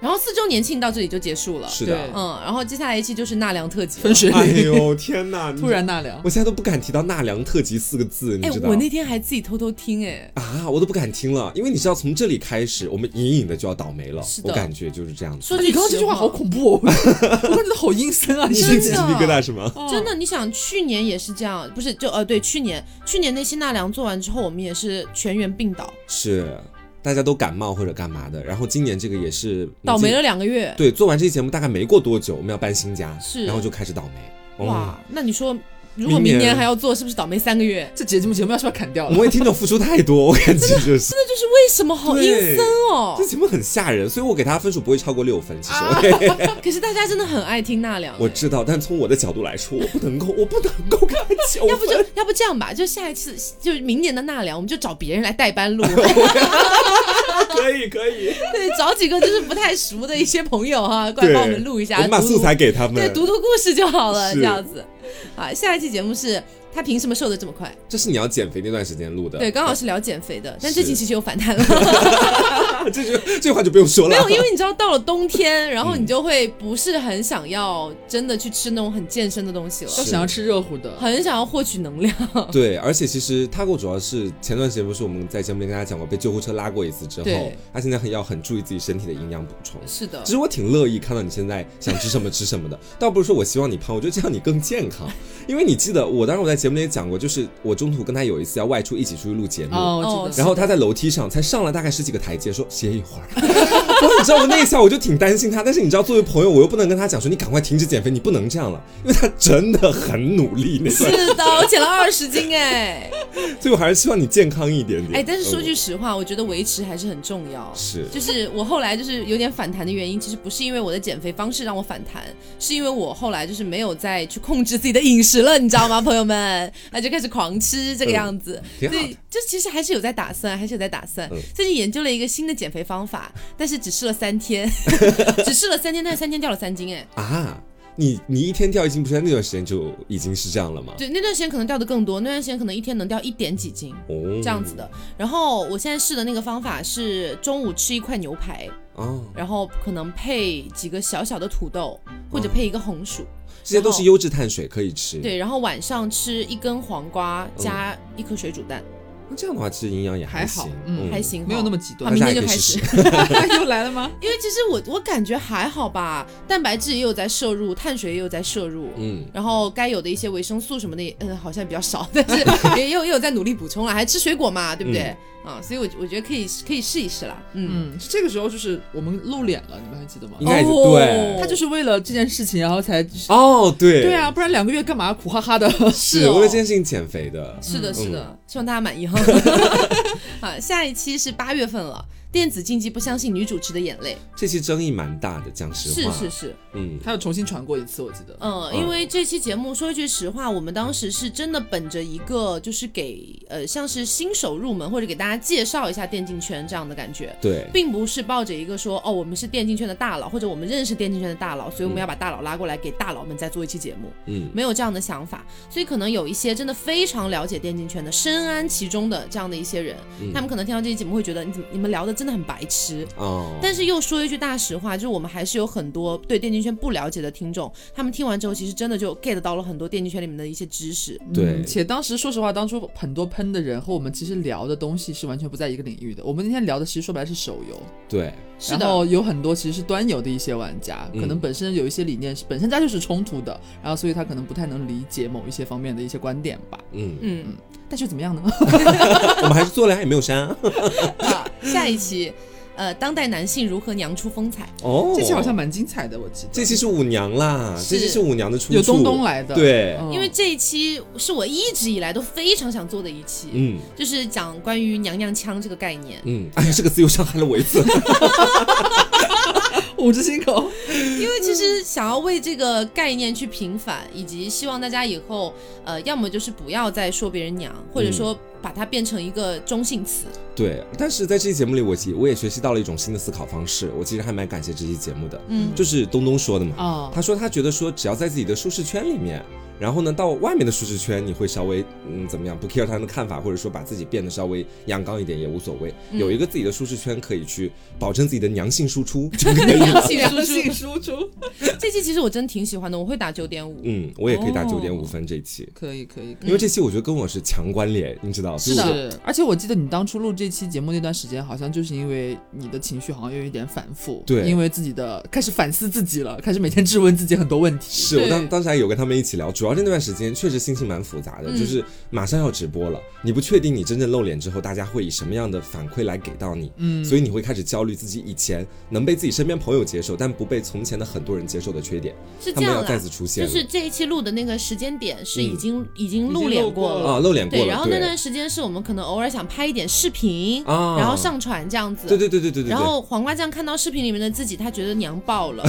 Speaker 1: 然后四周年庆到这里就结束了，
Speaker 2: 是的
Speaker 3: 对，
Speaker 1: 嗯，然后接下来一期就是纳凉特辑了
Speaker 3: 分水
Speaker 2: 哎
Speaker 3: 岭，
Speaker 2: 呦天哪！
Speaker 3: 突，然纳凉
Speaker 2: 我。现在都不敢提到纳凉特辑四个字，你
Speaker 1: 哎
Speaker 2: 知，道
Speaker 1: 我那天还自己偷偷听哎，
Speaker 2: 啊，我都不敢听了，因为你知道从这里开始，我们隐隐的就要倒霉了
Speaker 1: 是，的
Speaker 2: 我感觉就是这样子。
Speaker 1: 说
Speaker 3: 你刚刚这句话好
Speaker 1: 恐。
Speaker 3: 恐怖哦，我我感觉好阴森啊！
Speaker 2: 哎你
Speaker 1: 真
Speaker 2: 是
Speaker 1: 的
Speaker 2: 鸡皮疙瘩是吗？
Speaker 1: 真的，你想去年也是这样，不是就呃对，去年去年那期纳凉做完之后，我们也是全员病倒，
Speaker 2: 是，大家都感冒或者干嘛的，然后今年这个也是
Speaker 1: 倒霉。
Speaker 2: 你
Speaker 1: 了两个月
Speaker 2: 记。对，做完这期节目大概没过多久，我们要搬新家，
Speaker 1: 是
Speaker 2: 然后就开始倒霉。哦
Speaker 1: 哇，，那你说如果
Speaker 2: 明年
Speaker 1: 明年还要做，是不是倒霉三个月？
Speaker 3: 这节目节目要是要砍掉
Speaker 2: 我
Speaker 3: 了
Speaker 2: 们，为听众付出太多，我感觉 就是。
Speaker 1: 那就是为什么好
Speaker 2: 对
Speaker 1: 阴森哦
Speaker 2: 这。节目很吓人，所以我给他分数不会超过六分。其实，OK，
Speaker 1: 啊可是大家真的很爱听纳凉，
Speaker 2: 我知道，但从我的角度来说，我不能够，我不能够 给他九
Speaker 1: 要不就
Speaker 2: 分。
Speaker 1: 要不这样吧，就下一次就是明年的纳凉，我们就找别人来代 班录，
Speaker 2: 可以，可以，
Speaker 1: 对，找几个就是不太熟的一些朋友哈，过来
Speaker 2: 对
Speaker 1: 帮我们录一下，
Speaker 2: 我们把
Speaker 1: 读
Speaker 2: 素材给他
Speaker 1: 对
Speaker 2: 们。
Speaker 1: 读读故事就好了，
Speaker 2: 是
Speaker 1: 这样子。啊，下一期节目是他凭什么瘦的这么快？
Speaker 2: 这是你要减肥那段时间录的。
Speaker 1: 对，刚好是聊减肥的，但
Speaker 2: 是
Speaker 1: 最近其实有反弹了，
Speaker 2: 啊， 这就这话就不用说
Speaker 1: 没
Speaker 2: 了
Speaker 1: 有，。因为你知道到了冬天，然后你就会不是很想要真的去吃那种很健身的东西了，
Speaker 3: 都想要吃热乎的，
Speaker 1: 很想要获取能量。
Speaker 2: 对，而且其实他给我主要是前段时间不是我们在节目里跟大家讲过，被救护车拉过一次之后
Speaker 1: 对，
Speaker 2: 他现在很要很注意自己身体的营养补充。
Speaker 1: 是的
Speaker 2: 其，实我挺乐意看到你现在想吃什么吃什么的， 倒不是说我希望你胖，我觉得这样你更健康。 因为你记得我当时我在节目里也讲过，就是我中途跟他有一次要外出一起出去录节目。
Speaker 3: 哦，我
Speaker 1: 哦
Speaker 3: 记
Speaker 2: 然
Speaker 3: 得。
Speaker 2: 后他在楼梯上才上了大概十几个台阶，说歇一会儿。我你知道我那一下我就挺担心他，但是你知道作为朋友，我又不能跟他讲说你赶快停止减肥，你不能这样了，因为他真的很努力那段，
Speaker 1: 是的，我减了二十斤哎
Speaker 2: 所以我还是希望你健康一点 点。
Speaker 1: 哎，但是说句
Speaker 2: 嗯
Speaker 1: 实话，我觉得维持还是很重要。
Speaker 2: 是
Speaker 1: 就是我后来就是有点反弹的原因，其实不是因为我的减肥方式让我反弹，是因为我后来就是没有再去控制自己的饮食了，你知道吗，朋友们？那就开始狂吃这个样子，
Speaker 2: 挺好
Speaker 1: 对，这其实还是有在打算，还是有在打算。
Speaker 2: 嗯
Speaker 1: 最近研究了一个新的减肥方法，但是只试了三 天，只试了三天，但是三天掉了三斤，哎，
Speaker 2: 啊，你你一天掉一斤，不是在那段时间就已经是这样了吗？
Speaker 1: 对，那段时间可能掉的更多，那段时间可能一天能掉一点几斤。
Speaker 2: 哦，
Speaker 1: 这样子的，然后我现在试的那个方法是中午吃一块牛排，
Speaker 2: 哦，
Speaker 1: 然后可能配几个小小的土豆，或
Speaker 2: 嗯
Speaker 1: 者配一个红薯，
Speaker 2: 这些都是优质碳水可以吃。，
Speaker 1: 对，然后晚上吃一根黄瓜加
Speaker 2: 嗯
Speaker 1: 一颗水煮蛋，
Speaker 2: 那这样的话其实营养也
Speaker 3: 还好
Speaker 2: 行，
Speaker 3: 嗯
Speaker 1: 还行，
Speaker 3: 没有那么。极
Speaker 1: 好，
Speaker 3: 端，
Speaker 1: 明
Speaker 2: 大家
Speaker 1: 天就
Speaker 2: 也可
Speaker 1: 开
Speaker 2: 以试
Speaker 1: 始
Speaker 2: 试，
Speaker 3: 啊又来了吗？
Speaker 1: 因为其实我我感觉还好吧，蛋白质也有在摄入，碳水也有在摄入，
Speaker 2: 嗯。
Speaker 1: 然后该有的一些维生素什么的也，嗯，好像比较少，但 是也有也有在努力补充了，啊还吃水果嘛，
Speaker 2: 嗯
Speaker 1: 对不对？啊，所以我我觉得可以可以试一试啦，嗯，
Speaker 3: 嗯，这个时候就是我们露脸了，你们还记得吗
Speaker 2: 应？该
Speaker 1: 哦
Speaker 2: 对
Speaker 3: 他就是为了这件事情，然后才
Speaker 2: 哦，嗯对，
Speaker 3: 对啊，，不然两个月干嘛苦哈哈 的？
Speaker 1: 是
Speaker 2: 是
Speaker 1: 哦
Speaker 2: 为了这件事情减肥的，
Speaker 1: 是的，
Speaker 2: 嗯
Speaker 1: 是的，希望大家满意 哈。好，下一期是八月份了，电子竞技不相信女主持的眼泪，
Speaker 2: 这期争议蛮大的，讲实
Speaker 1: 是
Speaker 2: 话，
Speaker 1: 是是，
Speaker 2: 嗯，
Speaker 3: 他又重新传过一次，我记得。
Speaker 1: 嗯，因为这期节目说一句实话，我们当时是真的本着一个就是给呃像是新手入门或者给大家介绍一下电竞圈这样的感觉。
Speaker 2: 对，
Speaker 1: 并不是抱着一个说哦，我们是电竞圈的大佬，或者我们认识电竞圈的大佬，所以我们要把大佬拉过来给大佬们再做一期节目。
Speaker 2: 嗯，
Speaker 1: 没有这样的想法，所以可能有一些真的非常了解电竞圈的、深谙其中的这样的一些人，他们可能听到这期节目会觉得你怎么你们聊的真的很白痴。
Speaker 2: 哦，
Speaker 1: 但是又说一句大实话，就是我们还是有很多对电竞圈不了解的听众，他们听完之后其实真的就 get 到了很多电竞圈里面的一些知识。
Speaker 2: 对
Speaker 3: 嗯且当时说实话，当初很多喷的人和我们其实聊的东西是完全不在一个领域的。我们那天聊的其实说白了是手游，
Speaker 2: 对，
Speaker 1: 是
Speaker 3: 然
Speaker 1: 的，
Speaker 3: 后有很多其实是端游的一些玩家，
Speaker 2: 嗯
Speaker 3: 可能本身有一些理念是本身他就是冲突的，然后所以他可能不太能理解某一些方面的一些观点吧。
Speaker 2: 嗯，
Speaker 1: 嗯，
Speaker 2: 哦
Speaker 3: 但是怎么样呢？
Speaker 2: 我们还是做了呀，也没有删啊，
Speaker 1: 啊，下一期。呃，当代男性如何娘出风采。
Speaker 2: 哦，
Speaker 3: 这期好像蛮精彩的，我记得。
Speaker 2: 这期是舞娘啦，
Speaker 1: 是
Speaker 2: 这期是舞娘的出处，
Speaker 3: 有东东来的，
Speaker 2: 对，
Speaker 3: 嗯
Speaker 1: 因为这一期是我一直以来都非常想做的一期，
Speaker 2: 嗯
Speaker 1: 就是讲关于娘娘腔这个概念。
Speaker 2: 嗯， 哎呀，这个词又伤害了我一次，
Speaker 3: 五只心口，
Speaker 1: 因为其实想要为这个概念去平反，以及希望大家以后，呃，要么就是不要再说别人娘，或者说把它变成一个中性词。
Speaker 2: 对。但是在这期节目里，我其我也学习到了一种新的思考方式，我其实还蛮感谢这期节目的，
Speaker 1: 嗯，
Speaker 2: 就是东东说的嘛，
Speaker 3: 啊
Speaker 2: 他说他觉得说只要在自己的舒适圈里面，然后呢到外面的舒适圈，你会稍微嗯怎么样不 care 他们的看法，或者说把自己变得稍微阳刚一点也无所谓，
Speaker 3: 嗯
Speaker 2: 有一个自己的舒适圈可以去保证自己的娘性输 出就可
Speaker 3: 嗯
Speaker 2: 以了。
Speaker 1: 良性输出。
Speaker 3: 输出，
Speaker 1: 这期其实我真挺喜欢的，我会打九点五。
Speaker 2: 嗯，我也可以打
Speaker 3: 哦
Speaker 2: 九点五分这一期，
Speaker 3: 可以可以，可以
Speaker 2: 因为这期我觉得跟我是强关联，你知道？
Speaker 3: 是
Speaker 2: 所以我就
Speaker 3: 的，而且我记得你当初录这期节目那段时间，好像就是因为你的情绪好像有一点反复，
Speaker 2: 对
Speaker 3: 因为自己的开始反思自己了，开始每天质问自己很多问题，
Speaker 2: 是我
Speaker 1: 对
Speaker 2: 当当时还有跟他们一起聊，主要是那段时间确实心情蛮复杂的，
Speaker 1: 嗯
Speaker 2: 就是马上要直播了，你不确定你真正露脸之后，大家会以什么样的反馈来给到你，
Speaker 3: 嗯，
Speaker 2: 所以你会开始焦虑自己以前能被自己身边朋友接受，但不被从前的很多人接受的缺点，
Speaker 1: 是
Speaker 2: 他
Speaker 1: 这
Speaker 2: 们
Speaker 1: 样
Speaker 2: 要再
Speaker 1: 的
Speaker 2: 次，出现
Speaker 1: 就
Speaker 2: 了。
Speaker 1: 是这一期录的那个时间点是已
Speaker 2: 嗯
Speaker 1: 经、已经露
Speaker 3: 已经
Speaker 1: 脸
Speaker 3: 露过
Speaker 1: 了。
Speaker 2: 啊，露脸过
Speaker 1: 对，
Speaker 2: 了，
Speaker 1: 然后那
Speaker 2: 对
Speaker 1: 段时间是我们可能偶尔想拍一点视频，
Speaker 2: 啊，
Speaker 1: 然后上传这样子。
Speaker 2: 对，对对对对对对，
Speaker 1: 然后黄瓜酱看到视频里面的自己，他觉得娘爆 了，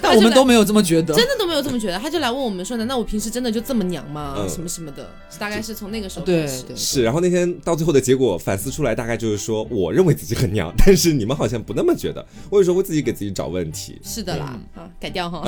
Speaker 3: 但我们都没有这么觉得，
Speaker 1: 真的都没有这么觉得，他就来问我们说：“难道我平时真的就这么娘吗？
Speaker 2: 嗯
Speaker 1: 什么什么的？”大概是从那个时候
Speaker 3: 对
Speaker 1: 开始。
Speaker 3: 对，
Speaker 2: 是，然后那天到最后的结果反思出来，大概就是说，我认为自己很娘，但是你们好像不那么觉得，我有时候会自己给自己找问题。
Speaker 1: 是的
Speaker 3: 嗯
Speaker 1: 啦，啊，改掉 哈。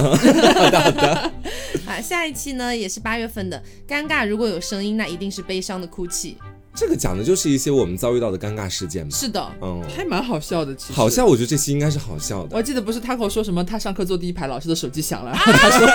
Speaker 1: 啊，下一期呢也是八月份的，尴尬如果有声音，那一定是悲伤的哭泣。
Speaker 2: 这个讲的就是一些我们遭遇到的尴尬事件嘛。
Speaker 1: 是的，
Speaker 2: 嗯，
Speaker 3: 还蛮好笑的，其实
Speaker 2: 好。笑，我觉得这期应该是好笑
Speaker 3: 我
Speaker 2: 的。
Speaker 3: 还记得不是 Taco 说什么，他上课坐第一排，老师的手机响
Speaker 2: 啊
Speaker 3: 了，然后他说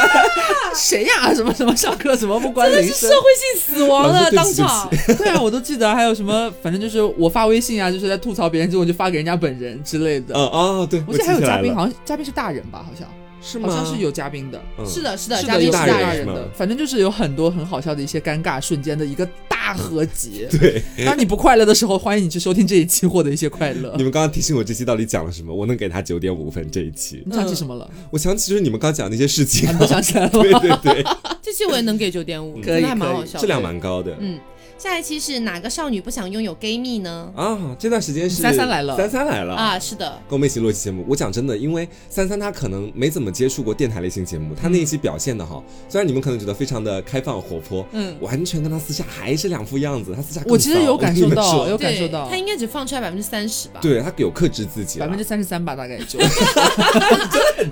Speaker 3: 谁呀、什么什么上课怎么不关
Speaker 1: 这
Speaker 3: 铃
Speaker 1: 是社
Speaker 3: 声？
Speaker 1: 会性死亡
Speaker 2: 老
Speaker 3: 哦
Speaker 1: 了，
Speaker 2: 师对
Speaker 1: 当
Speaker 2: 不起
Speaker 1: 场。
Speaker 3: 对啊，我都记得。还有什么，反正就是我发微信啊，就是在吐槽别人，结果就发给人家本人之类的。
Speaker 2: 嗯哦，对，我
Speaker 3: 我记得
Speaker 2: 记
Speaker 3: 还有
Speaker 2: 起来
Speaker 3: 嘉宾，
Speaker 2: 了
Speaker 3: 好像嘉宾是大人吧，好像
Speaker 2: 是
Speaker 3: 好
Speaker 2: 吗？
Speaker 3: 像是有嘉宾的。
Speaker 2: 嗯，
Speaker 1: 是的，是的，
Speaker 3: 是
Speaker 1: 嘉
Speaker 3: 的，
Speaker 1: 宾
Speaker 3: 有
Speaker 1: 是
Speaker 2: 大
Speaker 1: 人
Speaker 2: 人
Speaker 3: 人
Speaker 2: 是吗
Speaker 3: 的，反正就是有很多很好笑的一些尴尬瞬间的一个大合 集。对，当你不快乐的时候，欢迎你去收听这一期，获得一些快乐
Speaker 2: 你。们刚刚提醒我这期到底讲了什么，我能给他九点五分这一期。
Speaker 3: 你想起什么了？
Speaker 2: 我想起就是你们刚讲的那些事情
Speaker 3: 啊，你，都想起来了
Speaker 2: 对
Speaker 3: 吗？
Speaker 2: 对对，
Speaker 1: 这期我也能给九点五，
Speaker 2: 嗯
Speaker 1: 真的还蛮
Speaker 3: 可以
Speaker 1: 好
Speaker 3: 可以
Speaker 1: 笑
Speaker 2: 质
Speaker 1: 的。
Speaker 2: 量蛮高的。
Speaker 1: 嗯，下一期是哪个少女不想拥有 gay 蜜呢？
Speaker 2: 啊，这段时间是
Speaker 3: 三三来了
Speaker 2: 三三来了
Speaker 1: 啊，是的，
Speaker 2: 跟我们一起录一期节目。我讲真的，因为三三他可能没怎么接触过电台类型节目，他那一期表现的哈，
Speaker 3: 嗯
Speaker 2: 虽然你们可能觉得非常的开放活泼，
Speaker 1: 嗯，
Speaker 2: 完全跟他私下还是两副样子。他私下更
Speaker 3: 我其实
Speaker 2: 骚
Speaker 3: 有感
Speaker 2: 跟你
Speaker 3: 受
Speaker 2: 们
Speaker 3: 到，
Speaker 2: 说
Speaker 3: 有感
Speaker 1: 对
Speaker 3: 受到
Speaker 1: 他，应该只放出来百分之三十吧？，
Speaker 2: 对他啊有克制自己
Speaker 3: 百
Speaker 2: 了，
Speaker 3: 分之三十三吧，大概 也就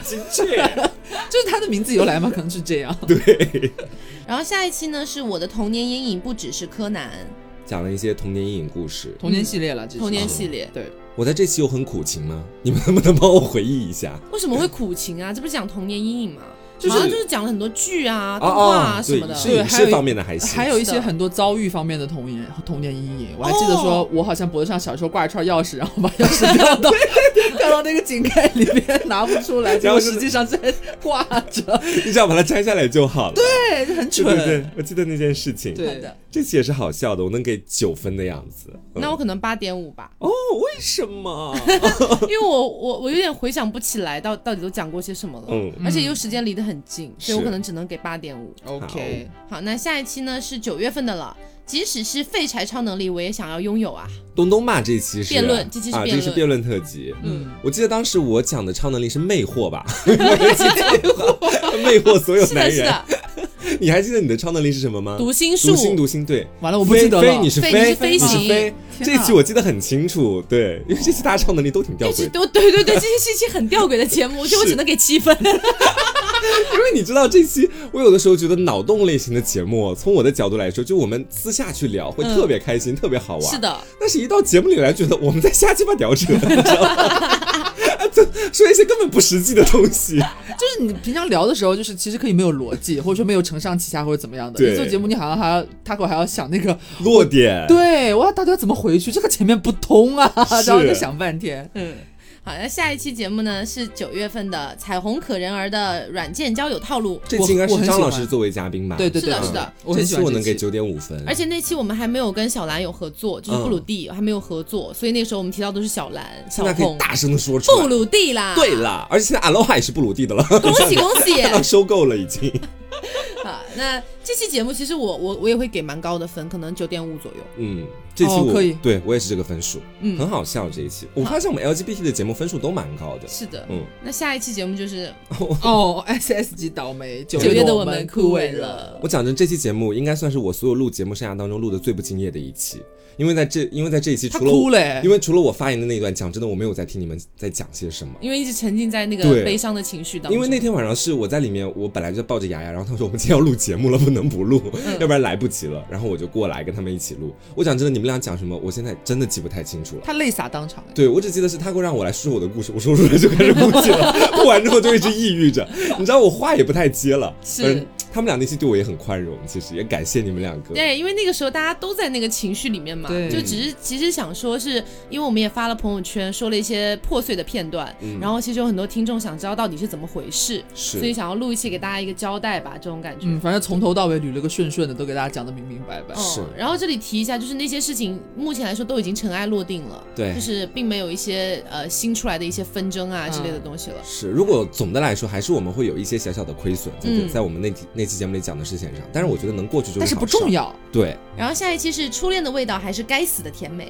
Speaker 2: 精确。
Speaker 3: 就是他的名字由来嘛，可能是这 样。
Speaker 1: 然后下一期呢是我的童年阴影不只是柯南
Speaker 2: 讲了一些童年阴影故事。
Speaker 3: 童年系列了，这是
Speaker 1: 童年系列，
Speaker 3: 对，
Speaker 2: 我在这期有很苦情吗？ 你们能不能帮我回忆一下？
Speaker 1: 为什么会苦情啊？这 不是讲童年阴影吗？
Speaker 2: 就是
Speaker 1: 好像就是讲了很多剧啊、动画
Speaker 2: 啊
Speaker 1: 啊
Speaker 2: 啊，
Speaker 1: 什么的
Speaker 2: 对，。是
Speaker 3: 对
Speaker 2: 影
Speaker 3: 还有
Speaker 2: 视
Speaker 3: 一
Speaker 2: 方面的还行。
Speaker 3: 还有一
Speaker 1: 是
Speaker 3: 些
Speaker 1: 的
Speaker 3: 很多遭遇方面的童年童年阴影，我还记得
Speaker 2: 哦
Speaker 3: 说，我好像脖子上小时候挂着串钥匙，然后把钥匙 掉到掉到那个井盖里面拿不出来，结
Speaker 2: 然后
Speaker 3: 果
Speaker 2: 是
Speaker 3: 实际上在挂 着，
Speaker 2: 你只要把它摘下来就好了。
Speaker 3: 对，就很
Speaker 2: 对
Speaker 3: 蠢。
Speaker 2: 对对，我记得那件事情。
Speaker 3: 对
Speaker 1: 的
Speaker 2: 这期也是好笑的，我能给九分的样子。嗯
Speaker 1: 那我可能八点五吧，
Speaker 2: 哦，为什么？
Speaker 1: 因为我我我有点回想不起来到到底都讲过些什么了，
Speaker 2: 嗯
Speaker 1: 而且又时间离得很近，所以我
Speaker 2: 是
Speaker 1: 可能只能给八点五。
Speaker 3: OK，
Speaker 1: 好，那下一期呢是九月份的了，即使是废柴超能力，我也想要拥有 啊。
Speaker 2: 东东嘛，这期是
Speaker 1: 辩论这期是
Speaker 2: 啊，
Speaker 1: 辩
Speaker 2: 这
Speaker 1: 论
Speaker 2: 是辩论特辑。
Speaker 3: 嗯，
Speaker 2: 我记得当时我讲的超能力是魅惑 吧， 魅惑所有
Speaker 1: 是
Speaker 2: 男
Speaker 1: 的，是
Speaker 2: 人。
Speaker 1: 的，
Speaker 2: 你还记得你的超能力是什么吗？
Speaker 1: 读心术
Speaker 2: 读，心，读心，对。
Speaker 3: 完了我不记得
Speaker 2: 飞，飞你
Speaker 3: 了。
Speaker 2: 是
Speaker 1: 飞
Speaker 2: 飞，
Speaker 1: 你是飞
Speaker 2: 是
Speaker 1: 行
Speaker 2: 飞。这
Speaker 3: 天哪
Speaker 2: 期我记得很清楚，对，因为这期大家超能力都挺吊
Speaker 1: 这
Speaker 2: 诡
Speaker 1: 期
Speaker 2: 的，
Speaker 1: 都 对对对，这期是一期很吊诡的节目，我觉得我只能给七 分。
Speaker 2: 因为你知道这期我有的时候觉得脑洞类型的节目，从我的角度来说，就我们私下去聊会特别开心，特别好玩。
Speaker 1: 是的，
Speaker 2: 但是，一到节目里来，觉得我们在瞎鸡巴屌扯，你知道吗？ 就说一些根本不实际的东西。
Speaker 3: 就是你平常聊的时候，就是其实可以没有逻辑，或者说没有承上启下或者怎么样的。
Speaker 2: 对
Speaker 3: 你做节目，你好像还要 Taco 还要想那个，
Speaker 2: 落点，
Speaker 3: 对我要到底要怎么回去？这个前面不通啊，
Speaker 2: 是
Speaker 3: 然后就想半天。
Speaker 1: 嗯。好，那下一期节目呢是九月份的《彩虹可人儿的软件交友套路》，
Speaker 2: 这期应该
Speaker 3: 我
Speaker 2: 是
Speaker 3: 很
Speaker 2: 张
Speaker 3: 喜
Speaker 2: 老
Speaker 3: 欢
Speaker 2: 师作为嘉宾吧？
Speaker 3: 对对
Speaker 1: 是
Speaker 3: 对，
Speaker 1: 的是的
Speaker 2: 嗯
Speaker 3: 我
Speaker 2: 这
Speaker 3: 很
Speaker 2: 期
Speaker 3: 喜欢
Speaker 2: 我
Speaker 3: 这
Speaker 2: 能给
Speaker 3: 期。
Speaker 2: 九点五分，
Speaker 1: 而且那期我们还没有跟小兰有合作，就是布鲁蒂、还没有合作，所以那时候我们提到都是小兰、小
Speaker 2: 嗯现在可
Speaker 1: 红
Speaker 2: 以、大声的说出
Speaker 1: 布
Speaker 2: 来。
Speaker 1: 鲁蒂啦。
Speaker 2: 对，啦，而且现在 Aloha 也是布鲁蒂的了，
Speaker 1: 恭啊喜恭喜！
Speaker 2: 他收购了已经。
Speaker 1: 啊，那这期节目其实我我我也会给蛮高的分，可能九点五左右。
Speaker 2: 嗯，这期
Speaker 3: 哦
Speaker 2: 我、
Speaker 3: 可以
Speaker 2: 对我也是这个分数，
Speaker 1: 嗯
Speaker 2: 很好笑这一期。我
Speaker 1: 好
Speaker 2: 发现我们 LGBT 的节目分数都蛮高的，
Speaker 1: 是的，
Speaker 2: 嗯，
Speaker 1: 那下一期节目就是
Speaker 3: 哦，SS 级倒霉，九
Speaker 1: 九月
Speaker 3: 月
Speaker 1: 的
Speaker 3: 我
Speaker 1: 们
Speaker 3: 枯
Speaker 1: 枯
Speaker 3: 萎
Speaker 1: 萎
Speaker 3: 了。
Speaker 1: 了。
Speaker 2: 我讲真，这期节目应该算是我所有录节目生涯当中录的最不敬业的一期，因为在这，因为在这一期
Speaker 3: 他
Speaker 2: 除了
Speaker 3: 哭
Speaker 2: 我，
Speaker 3: 了哎
Speaker 2: 因为除了我发言的那一段，讲真的，我没有在听你们在讲些什么。
Speaker 1: 因为一直沉浸在那个
Speaker 2: 对
Speaker 1: 悲伤的情绪当中，
Speaker 2: 因为那天晚上是我在里面，我本来就抱着牙牙，然后他说我们今天要录节目了，不能不录，
Speaker 1: 嗯
Speaker 2: 要不然来不及了。然后我就过来跟他们一起录。我讲真的，你们俩讲什么，我现在真的记不太清楚了。
Speaker 3: 他泪洒当场哎。
Speaker 2: 对，我只记得是他会让我来说我的故事，我说出来就开始哭泣了，哭完之后就一直抑郁着，你知道我话也不太接了。
Speaker 1: 是
Speaker 2: 嗯他们俩那期对我也很宽容，其实也感谢你们两个。
Speaker 1: 对，因为那个时候大家都在那个情绪里面嘛，
Speaker 3: 对
Speaker 1: 就只是其实想说是，因为我们也发了朋友圈，说了一些破碎的片段，
Speaker 2: 嗯
Speaker 1: 然后其实有很多听众想知道到底是怎么回事，
Speaker 2: 是
Speaker 1: 所以想要录一期给大家一个交代吧，这种感觉。
Speaker 3: 嗯，反正从头到尾捋了个顺顺的，都给大家讲的明明白白。
Speaker 1: 嗯
Speaker 2: 是
Speaker 1: 然后这里提一下，就是那些事情目前来说都已经尘埃落定了，
Speaker 2: 对
Speaker 1: 就是并没有一些呃新出来的一些纷争啊之类的东西了。
Speaker 2: 是，如果总的来说，还是我们会有一些小小的亏损，在、
Speaker 1: 嗯
Speaker 2: 在我们那期那期节目里讲的事情上，但是我觉得能过去就是
Speaker 3: 但是不
Speaker 2: 好事儿
Speaker 3: 重。要，
Speaker 2: 对，
Speaker 1: 然后下一期是初恋的味道还是该死的甜 美？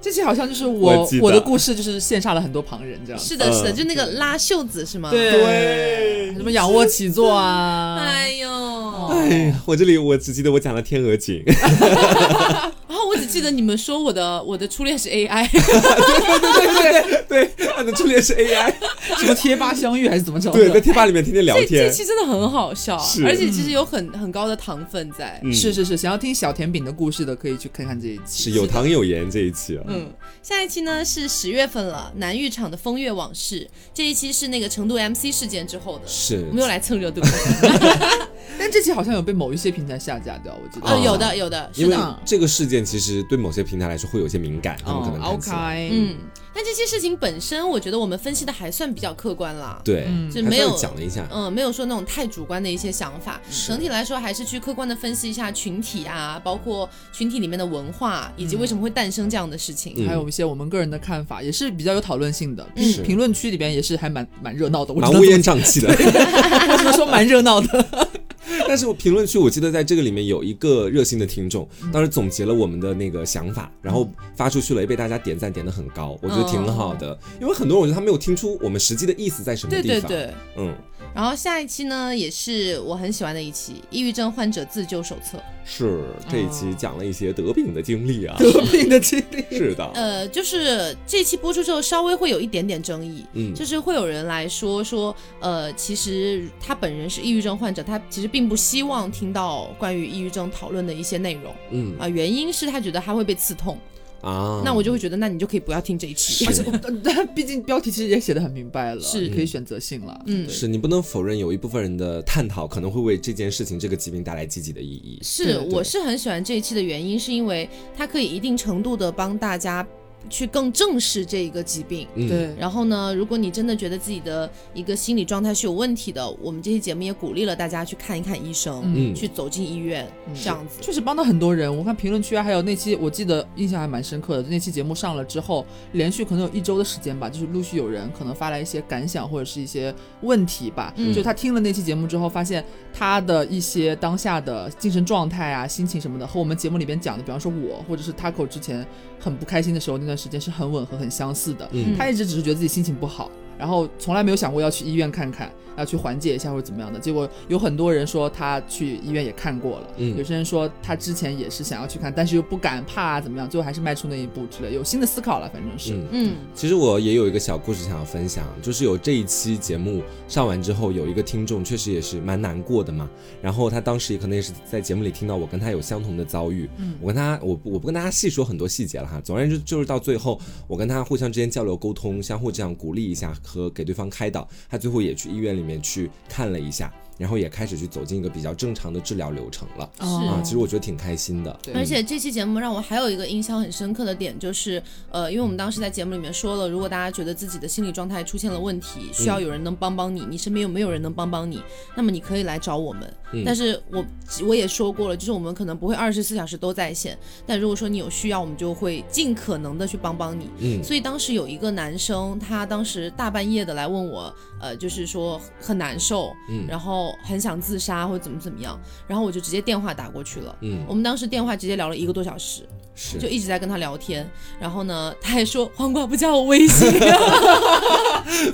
Speaker 3: 这期好像就是
Speaker 2: 我
Speaker 3: 我
Speaker 2: 记得
Speaker 3: 我的故事，就是羡煞了很多旁人这样。
Speaker 1: 是的，是的，
Speaker 2: 嗯
Speaker 1: 就那个拉袖子是吗？，
Speaker 2: 对
Speaker 3: 什么仰卧起坐啊，
Speaker 1: 哎呦，
Speaker 2: 哎呀，我这里我只记得我讲了天鹅颈，
Speaker 1: 然后我只记得你们说我的我的初恋是 AI，
Speaker 2: 对，啊他的初恋是 AI，
Speaker 3: 什么贴吧相遇还是怎么着的？
Speaker 2: 对，在贴吧里面天天聊
Speaker 1: 这 这
Speaker 2: 天，
Speaker 1: 期真的很好笑
Speaker 2: 是，
Speaker 1: 而且其实有很很高的糖分在。
Speaker 2: 嗯
Speaker 3: 是是是，想要听小甜饼的故事的，可以去看看这一
Speaker 2: 是
Speaker 3: 期。
Speaker 2: 有糖有盐这一期啊，
Speaker 1: 嗯，下一期呢是十月份了，南浴场的风月往事。这一期是那个成都 MC 事件之后的，
Speaker 2: 是啊
Speaker 1: 我们又来蹭热 度。呃、
Speaker 3: 但这期好像有被某一些平台下架掉，我记得。
Speaker 2: 啊
Speaker 1: 哦有的有的，是
Speaker 2: 因为
Speaker 1: 的，
Speaker 2: 这个事件其实对某些平台来说会有一些敏感，他们可能
Speaker 3: 哦
Speaker 2: 担心。
Speaker 3: ，OK，
Speaker 1: 嗯，但这些事情本身，我觉得我们分析的还算比较客观啦。
Speaker 2: 对，
Speaker 1: 就
Speaker 2: 还
Speaker 1: 没
Speaker 2: 算
Speaker 1: 有
Speaker 2: 讲了一下，
Speaker 1: 嗯，没有说那种太主观的一些想法，整体来说还是去客观的分析一下群体啊，包括群体里面的文化，以及为什么会诞生这样的事情。
Speaker 2: 嗯
Speaker 3: 还有一些我们个人的看法，也是比较有讨论性的。
Speaker 2: 是
Speaker 3: 评论区里边也是还蛮蛮热闹的，我
Speaker 2: 蛮
Speaker 3: 只能
Speaker 2: 乌烟瘴气的。
Speaker 3: 我只能说蛮热闹的。
Speaker 2: 但是我评论区我记得在这个里面有一个热心的听众，当时总结了我们的那个想法，然后发出去了，也被大家点赞点的很高，我觉得挺好的。因为很多人我觉得他没有听出我们实际的意思在什么
Speaker 1: 对
Speaker 2: 地
Speaker 1: 对
Speaker 2: 方。
Speaker 1: 对。
Speaker 2: 嗯，
Speaker 1: 然后下一期呢，也是我很喜欢的一期《抑郁症患者自救手册》。
Speaker 2: 是这一期讲了一些得病的经历啊，
Speaker 3: 得病的经历，
Speaker 2: 是的，
Speaker 1: 呃，就是这期播出之后，稍微会有一点点争议，
Speaker 2: 嗯
Speaker 1: 就是会有人来说说，呃，其实他本人是抑郁症患者，他其实并不希望听到关于抑郁症讨论的一些内容。
Speaker 2: 嗯
Speaker 1: 啊、原因是他觉得他会被刺痛，
Speaker 2: 啊，
Speaker 1: 那我就会觉得，那你就可以不要听这一期。
Speaker 2: 是
Speaker 3: 而且我但毕竟标题其实也写的很明白了，
Speaker 1: 是
Speaker 3: 可以选择性了。
Speaker 1: 嗯
Speaker 2: 是你不能否认有一部分人的探讨可能会为这件事情、这个疾病带来积极的意义。
Speaker 1: 是
Speaker 3: 对，对
Speaker 1: 我是很喜欢这一期的原因，是因为它可以一定程度的帮大家去更正视这一个疾病。
Speaker 2: 嗯，
Speaker 3: 对，
Speaker 1: 然后呢，如果你真的觉得自己的一个心理状态是有问题的，我们这期节目也鼓励了大家去看一看医生，
Speaker 2: 嗯
Speaker 1: 去走进医院，这样子。
Speaker 3: 确实帮到很多人。我看评论区啊，还有那期我记得印象还蛮深刻的，那期节目上了之后，连续可能有一周的时间吧，就是陆续有人可能发来一些感想或者是一些问题吧。
Speaker 1: 嗯
Speaker 3: 就他听了那期节目之后，发现他的一些当下的精神状态啊、心情什么的，和我们节目里边讲的，比方说我或者是 Taco 之前很不开心的时候那段时间是很吻合、很相似的。
Speaker 2: 嗯
Speaker 3: 他一直只是觉得自己心情不好，然后从来没有想过要去医院看看，要去缓解一下或者怎么样的。结果有很多人说他去医院也看过了，
Speaker 2: 嗯
Speaker 3: 有些人说他之前也是想要去看，但是又不敢怕啊怎么样，最后还是迈出那一步之类，有新的思考了，反正是。
Speaker 2: 嗯
Speaker 1: 嗯，
Speaker 2: 其实我也有一个小故事想要分享，就是有这一期节目上完之后，有一个听众确实也是蛮难过的嘛。然后他当时也可能也是在节目里听到我跟他有相同的遭遇。嗯，我跟他我不我不跟大家细说很多细节了哈。总而言之，就是到最后，我跟他互相之间交流沟通，相互这样鼓励一下和给对方开导。他最后也去医院里面去看了一下。然后也开始去走进一个比较正常的治疗流程了。
Speaker 3: 哦
Speaker 1: 是
Speaker 2: 啊，其实我觉得挺开心的。
Speaker 3: 对
Speaker 1: 嗯而且这期节目让我还有一个印象很深刻的点，就是呃，因为我们当时在节目里面说了，如果大家觉得自己的心理状态出现了问题，需
Speaker 2: 嗯
Speaker 1: 要有人能帮帮你，你身边有没有人能帮帮你，那么你可以来找我们。
Speaker 2: 嗯
Speaker 1: 但是我我也说过了，就是我们可能不会二十四小时都在线，但如果说你有需要，我们就会尽可能的去帮帮你。
Speaker 2: 嗯
Speaker 1: 所以当时有一个男生，他当时大半夜的来问我，呃，就是说很难受，
Speaker 2: 嗯
Speaker 1: 然后很想自杀或者怎么怎么样，然后我就直接电话打过去了。
Speaker 2: 嗯，
Speaker 1: 我们当时电话直接聊了一个多小时，
Speaker 2: 是
Speaker 1: 就一直在跟他聊天。然后呢， 他还说黄瓜不加我微信，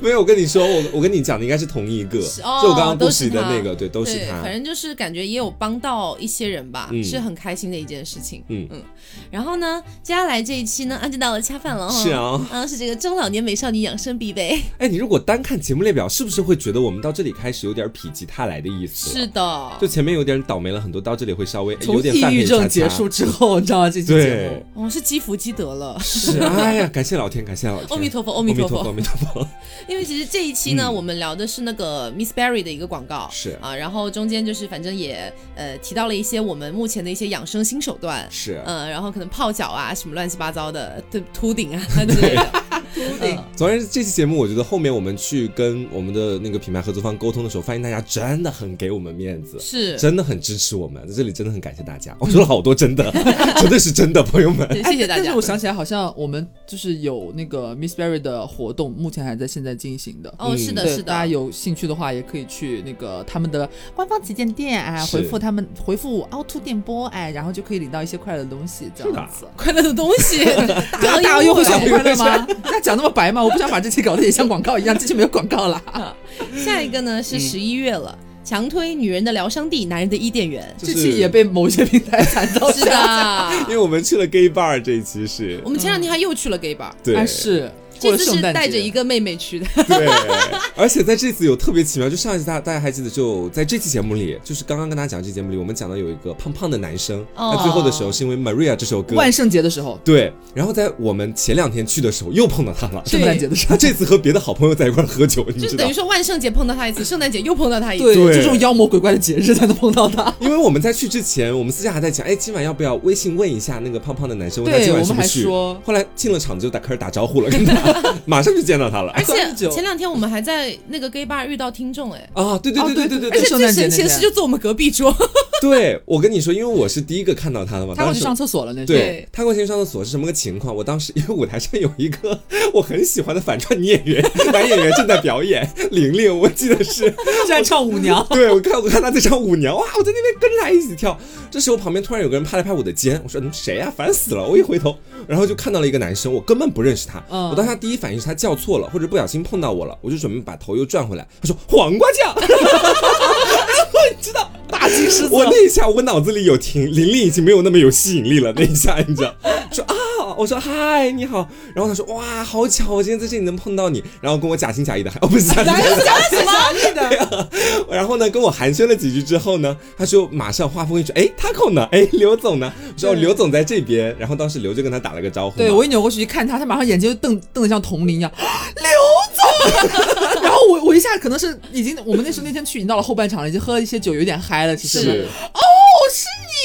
Speaker 2: 没有。我跟你说，我我跟你讲的应该是同一个，
Speaker 1: 是哦
Speaker 2: 就我刚刚
Speaker 1: 都
Speaker 2: 不
Speaker 1: 是
Speaker 2: 洗的
Speaker 1: 他
Speaker 2: 那个，对， 都是
Speaker 1: 对，
Speaker 2: 他
Speaker 1: 反。正就是感觉也有帮到一些人吧，
Speaker 2: 嗯
Speaker 1: 是很开心的一件事情。
Speaker 2: 嗯
Speaker 1: 然后呢，接下来这一期呢，啊，就到了恰饭了哈。
Speaker 2: 是啊，
Speaker 1: 啊，是这个中老年美少女养生必备。
Speaker 2: 哎，你如果单看节目列表，是不是会觉得我们到这里开始有点否极泰来的意思？
Speaker 1: 是。的
Speaker 2: 就，前面有点倒霉了很多，到这里会稍微哎
Speaker 3: 从
Speaker 2: 有点
Speaker 3: 抑
Speaker 2: 犯
Speaker 3: 郁
Speaker 2: 给
Speaker 3: 症
Speaker 2: 查
Speaker 3: 结
Speaker 2: 查
Speaker 3: 束之后，你知道吗？这期节
Speaker 2: 对
Speaker 3: 目，，
Speaker 1: 我、哦是积福积德了。
Speaker 2: 是，哎呀，感谢老天，感谢老天，
Speaker 1: 阿弥陀佛，阿
Speaker 2: 阿
Speaker 1: 弥
Speaker 2: 弥
Speaker 1: 陀
Speaker 2: 陀
Speaker 1: 佛
Speaker 2: 佛，阿。弥陀 佛，
Speaker 1: 因为其实这一期呢，我们聊的是那个 Miss Berry 的一个广告，
Speaker 2: 是
Speaker 1: 啊，然后中间就是反正也呃提到了一些我们目前的一些养生新手段，
Speaker 2: 是。
Speaker 1: 嗯，然后可能泡脚啊什么乱七八糟的，对，秃顶 啊之类的，秃顶，
Speaker 2: 总而言之，这期节目我觉得后面我们去跟我们的那个品牌合作方沟通的时候，发现大家真的很给我们面子，
Speaker 1: 是，
Speaker 2: 真的很支持我们，在这里真的很感谢大家。我说了好多真的， 真的是真的，朋友们。
Speaker 1: 对，谢谢大
Speaker 3: 哎但是
Speaker 1: 家
Speaker 3: 我。想起来，好像我们就是有那个 Miss Berry 的活动，目前还在现在进行的。
Speaker 1: 哦，是的，
Speaker 3: 嗯对
Speaker 1: 是
Speaker 3: 大家
Speaker 1: 的，
Speaker 3: 有兴趣的话，也可以去那个他们的官方旗舰店哎，
Speaker 2: 是
Speaker 3: 回复他们回复凹凸电波哎，然后就可以领到一些快乐的东西，这样子。
Speaker 1: 快乐的东西，
Speaker 3: 大
Speaker 1: 摇
Speaker 3: 家
Speaker 1: 又
Speaker 3: 又会
Speaker 1: 想
Speaker 3: 选不快乐吗？哎 那讲那么白吗？我不想把这期搞得也像广告一样，这期没有广告啦。
Speaker 1: 下一个呢
Speaker 3: 嗯
Speaker 1: 是十一月了，强推女人的疗伤地，男人的伊甸园，
Speaker 2: 就是
Speaker 3: 这期也被某些平台惨 遭
Speaker 1: 是的
Speaker 2: 因。为我们去了 gay bar 这一期是
Speaker 1: 我，们前两天还又去了 gay bar，
Speaker 2: 对，
Speaker 3: 啊是，或
Speaker 1: 这
Speaker 3: 者
Speaker 1: 次是
Speaker 3: 圣诞
Speaker 1: 带
Speaker 3: 节
Speaker 1: 着
Speaker 3: 嗯
Speaker 1: 一个妹妹去的，
Speaker 2: 对，而且在这次有特别奇妙，就上一次大大家还记得，就在这期节目里，就是刚刚跟大家讲这期节目里，我们讲到有一个胖胖的男生，
Speaker 1: 哦
Speaker 2: 在最后的时候是因为 Maria 这首歌，
Speaker 3: 万圣节的时候，
Speaker 2: 对，然后在我们前两天去的时候又碰到他了，
Speaker 1: 对
Speaker 3: 圣诞节的时候
Speaker 2: 他。这次和别的好朋友在一块儿喝酒，你
Speaker 1: 就是
Speaker 2: 知
Speaker 1: 等
Speaker 2: 道
Speaker 1: 于。说万圣节碰到他一次，圣诞节又碰到他一次。
Speaker 3: 对，
Speaker 2: 对
Speaker 3: 就这种妖魔鬼怪的节日才能碰到他。
Speaker 2: 因为我们在去之前，我们私下还在讲，哎，今晚要不要微信问一下那个胖胖的男生，问他
Speaker 3: 对
Speaker 2: 今晚
Speaker 3: 我
Speaker 2: 是
Speaker 3: 们
Speaker 2: 不
Speaker 3: 还
Speaker 2: 是去
Speaker 3: 说。
Speaker 2: 后来进了场就打开始打招呼了，跟他 马上就见到他了。
Speaker 1: 而且
Speaker 3: 39
Speaker 1: 前两天我们还在那个 gay bar 遇到听众哎，
Speaker 2: 啊，对对
Speaker 3: 哦
Speaker 2: 对
Speaker 3: 对
Speaker 2: 对对
Speaker 3: 对
Speaker 1: 而
Speaker 2: 对
Speaker 1: 且
Speaker 3: 圣
Speaker 1: 最
Speaker 3: 诞节
Speaker 1: 神
Speaker 3: 那
Speaker 1: 奇的
Speaker 3: 天
Speaker 1: 是，就坐我们隔壁桌，
Speaker 2: 对，我跟你说，因为我是第一个看到他的嘛，
Speaker 3: 他会
Speaker 2: 当
Speaker 3: 去
Speaker 2: 时
Speaker 3: 上厕所了那时候。
Speaker 2: 对，他过先上厕所是什么个情况？我当时因为舞台上有一个 我很喜欢的反串女演员，男演员正在表演，玲玲，我记得是，。
Speaker 3: 现在唱舞娘
Speaker 2: 对我看我看她在唱舞娘，哇，我在那边跟着她一起跳。这时候旁边突然有个人拍了拍我的肩，我说嗯谁呀、烦死了！我一回头，然后就看到了一个男生，我根本不认识他。
Speaker 3: 嗯
Speaker 2: 我当下第一反应是他叫错了，或者不小心碰到我了，我就准备把头又转回来。他说黄瓜酱，
Speaker 3: 大惊失
Speaker 2: 我那一下，我脑子里有停，玲玲已经没有那么有吸引力了。那一下，你知道，说啊，我说嗨，你好，然后他说哇，好巧，我今天在这里能碰到你，然后跟我假情假意的，哦，不是假情 假意，
Speaker 3: 讲什么？的，
Speaker 2: 然后呢，跟我寒暄了几句之后呢，他就马上话锋一转，哎，Taco 呢？哎，刘总呢？我说哦刘总在这边，然后当时刘就跟他打了个招呼嘛，
Speaker 3: 对我一扭过去一看他，他马上眼睛就瞪瞪得像铜铃一样，刘 总。然后我我一下可能是已经我们那时候那天去已经到了后半场了，已经喝了一些酒，有点嗨了，其实
Speaker 2: 是。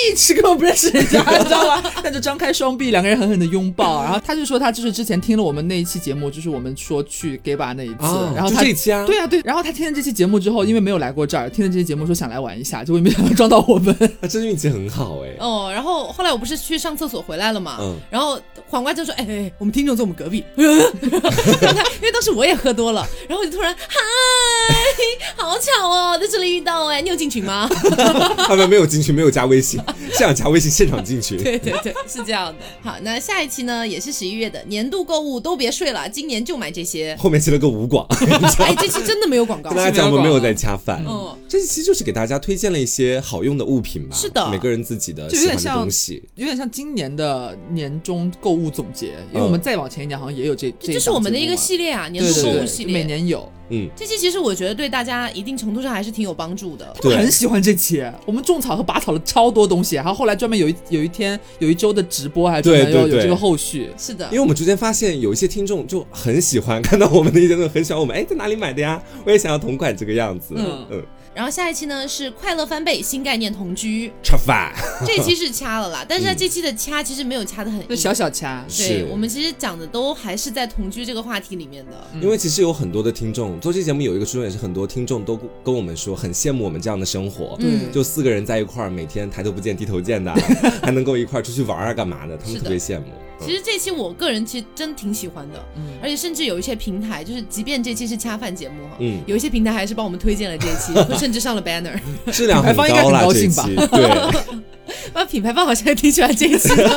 Speaker 3: 一直根本不认识人家，你知道吗？ 那就张开双臂，两个人狠狠的拥抱。然后他就说他就是之前听了我们那一期节目，就是我们说去 gay bar 那一次，
Speaker 2: 啊，
Speaker 3: 然后
Speaker 2: 就
Speaker 3: 他
Speaker 2: 这。一家，
Speaker 3: 对啊，对，然后他听了这期节目之后，因为没有来过这儿，听了这期节目说想来玩一下，结果也没想到撞到我们。
Speaker 2: 他真运气很好哎，
Speaker 1: 哦，然后后来我不是去上厕所回来了嘛，
Speaker 2: 嗯
Speaker 1: 然后黄瓜就说，哎哎，哎我们听众坐我们隔壁， 然后他因为当时我也喝多了，然后我就突然嗨，好巧哦，在这里遇到哎，你有进群吗？
Speaker 2: 他们没有进群，没有加微 信，现场加微信，现场进群。
Speaker 1: 对对对，是这样的。好，那下一期呢也是十一月的年度购物，都别睡了，今年就买这些。
Speaker 2: 后面接了个武 广，
Speaker 1: 哎，这期真的没有 广告
Speaker 2: 跟，大家讲，我们没有在恰饭。
Speaker 1: 嗯，
Speaker 2: 这期就是给大家推荐了一些好用的物品吧，
Speaker 1: 是的
Speaker 2: 每个人自己的
Speaker 3: 就有
Speaker 2: 喜
Speaker 3: 点
Speaker 2: 欢的
Speaker 3: 像
Speaker 2: 东西。
Speaker 3: 有点像今年的年终购物总结，因为
Speaker 2: 嗯
Speaker 3: 我们再往前一点好像也有这，这
Speaker 1: 这是我们的
Speaker 3: 档
Speaker 1: 一
Speaker 3: 节
Speaker 1: 个
Speaker 3: 目嘛
Speaker 1: 系列啊，年
Speaker 3: 对
Speaker 1: 度
Speaker 3: 对
Speaker 1: 购
Speaker 3: 对
Speaker 1: 物系
Speaker 3: 每
Speaker 1: 列。
Speaker 3: 年有。
Speaker 2: 嗯，
Speaker 1: 这期其实我觉得对大家一定程度上还是挺有帮助的。
Speaker 3: 我
Speaker 2: 对
Speaker 3: 很喜欢这期，我们种草和拔草了超多东西，然后后来专门有一有一天有一周的直播，还专门
Speaker 2: 对
Speaker 3: 要
Speaker 2: 对
Speaker 3: 有这
Speaker 2: 对
Speaker 3: 个 后续。
Speaker 1: 是的
Speaker 2: 因，为我们逐渐发现有一些听众就很喜欢看到我们的意见，都很喜欢我们，哎，在哪里买的呀？我也想要同款这个样子。
Speaker 3: 嗯
Speaker 2: 嗯嗯，
Speaker 1: 然后下一期呢是快乐翻倍新概念同居，
Speaker 2: 吃饭
Speaker 1: 这一期是掐了啦，但是它这期的掐其实没有掐的很
Speaker 3: 就
Speaker 1: 硬。
Speaker 3: 小小掐，
Speaker 1: 对
Speaker 2: 是
Speaker 1: 我们其实讲的都还是在同居这个话题里面
Speaker 3: 嗯
Speaker 1: 的，
Speaker 2: 因为其实有很多的听众做这节目有一个初衷，也是很多听众都跟我们说很羡慕我们这样的生活，
Speaker 1: 嗯
Speaker 2: 就四个人在一块儿，每天抬头不见低头见的，还能够一块儿出去玩儿啊干 嘛的，他们
Speaker 1: 是的
Speaker 2: 特别羡慕。嗯
Speaker 1: 其实这期我个人其实真挺喜欢的，
Speaker 3: 嗯
Speaker 1: 而且甚至有一些平台，就是即便这期是恰饭节目哈，
Speaker 2: 嗯
Speaker 1: 有一些平台还是帮我们推荐了这一 期，甚至上了 banner。
Speaker 2: 嗯质量很
Speaker 3: 品牌方应该
Speaker 2: 高
Speaker 3: 很
Speaker 2: 啦，
Speaker 3: 高
Speaker 2: 这一
Speaker 3: 兴吧
Speaker 2: 期 对
Speaker 1: 啊，品牌方好像也挺喜欢这一期的。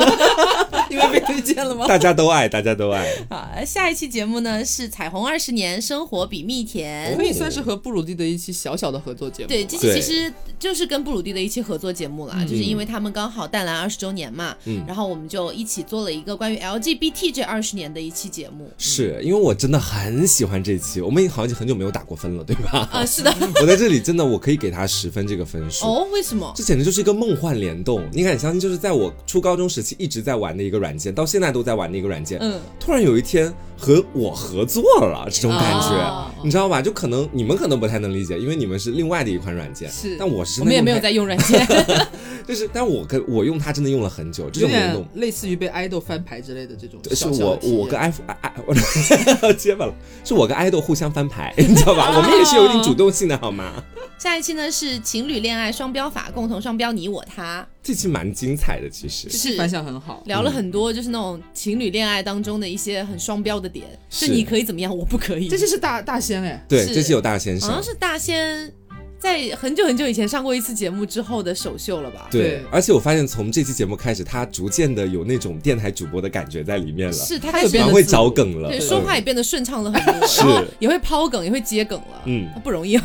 Speaker 3: 因为被推荐 了吗？
Speaker 2: 大家都爱，大家都爱。
Speaker 1: 好，下一期节目呢是《彩虹二十年，生活比蜜甜》
Speaker 3: 可以算是和布鲁蒂的一期小小的合作节目。
Speaker 1: 对，这期其实就是跟布鲁蒂的一期合作节目啦，就是因为他们刚好淡蓝二十周年嘛，
Speaker 2: 嗯
Speaker 1: 然后我们就一起做了一个关于 LGBT 这二十年的一期节目。
Speaker 2: 是因为我真的很喜欢这期，我们好像已经很久没有打过分了，对 吧？
Speaker 1: 啊，是的，
Speaker 2: 我在这里真的我可以给他十分这个分数。
Speaker 1: 哦，为什么？
Speaker 2: 这简直就是一个梦幻联动，你敢相信？就是在我初高中时期一直在玩的一个软件，到现在都在玩的一个软件，
Speaker 1: 嗯，
Speaker 2: 突然有一天和我合作了，这种感觉，
Speaker 1: 哦
Speaker 2: 你知道吧？就可能你们可能不太能理解，因为你们是另外的一款软件，
Speaker 3: 是
Speaker 2: 但我是
Speaker 1: 我们也没有
Speaker 2: 用
Speaker 1: 在用软件，
Speaker 2: 它，就是，但我跟我用它真的用了很久，这
Speaker 3: 有
Speaker 2: 种联动
Speaker 3: 点。类似于被爱豆翻牌之类的这种
Speaker 2: 对是
Speaker 3: 小小的
Speaker 2: 我
Speaker 3: 体验
Speaker 2: 我跟 i 爱爱我 结巴了，是我跟爱豆互相翻牌，你知道吧？我们也是有一定主动性的好
Speaker 1: 哦
Speaker 2: 吗？
Speaker 1: 下一期呢是情侣恋爱双标法，共同双标你我他，
Speaker 2: 这期蛮精彩的，其实
Speaker 1: 就是
Speaker 3: 反
Speaker 1: 是
Speaker 3: 响很好。
Speaker 1: 聊了很多就是那种情侣恋爱当中的一些很双标的点，
Speaker 2: 是
Speaker 1: 是你可以怎么样，我不可以。
Speaker 3: 这就是大大仙哎，
Speaker 2: 对，
Speaker 1: 是啊
Speaker 2: 这期有大先
Speaker 1: 好
Speaker 2: 生
Speaker 1: 像，是大仙在很久很久以前上过一次节目之后的首秀了吧？
Speaker 2: 对
Speaker 3: 对，
Speaker 2: 而且我发现从这期节目开始，他逐渐的有那种电台主播的感觉在里面了，
Speaker 1: 是他
Speaker 3: 他
Speaker 1: 开
Speaker 3: 有
Speaker 1: 始
Speaker 3: 变
Speaker 2: 蛮
Speaker 3: 得
Speaker 2: 会
Speaker 3: 自
Speaker 2: 找
Speaker 3: 我
Speaker 2: 梗了，
Speaker 1: 对
Speaker 2: 嗯
Speaker 1: 说话也变得顺畅了很多，然后也会抛梗，也会接梗了，
Speaker 2: 嗯，
Speaker 1: 不容易啊。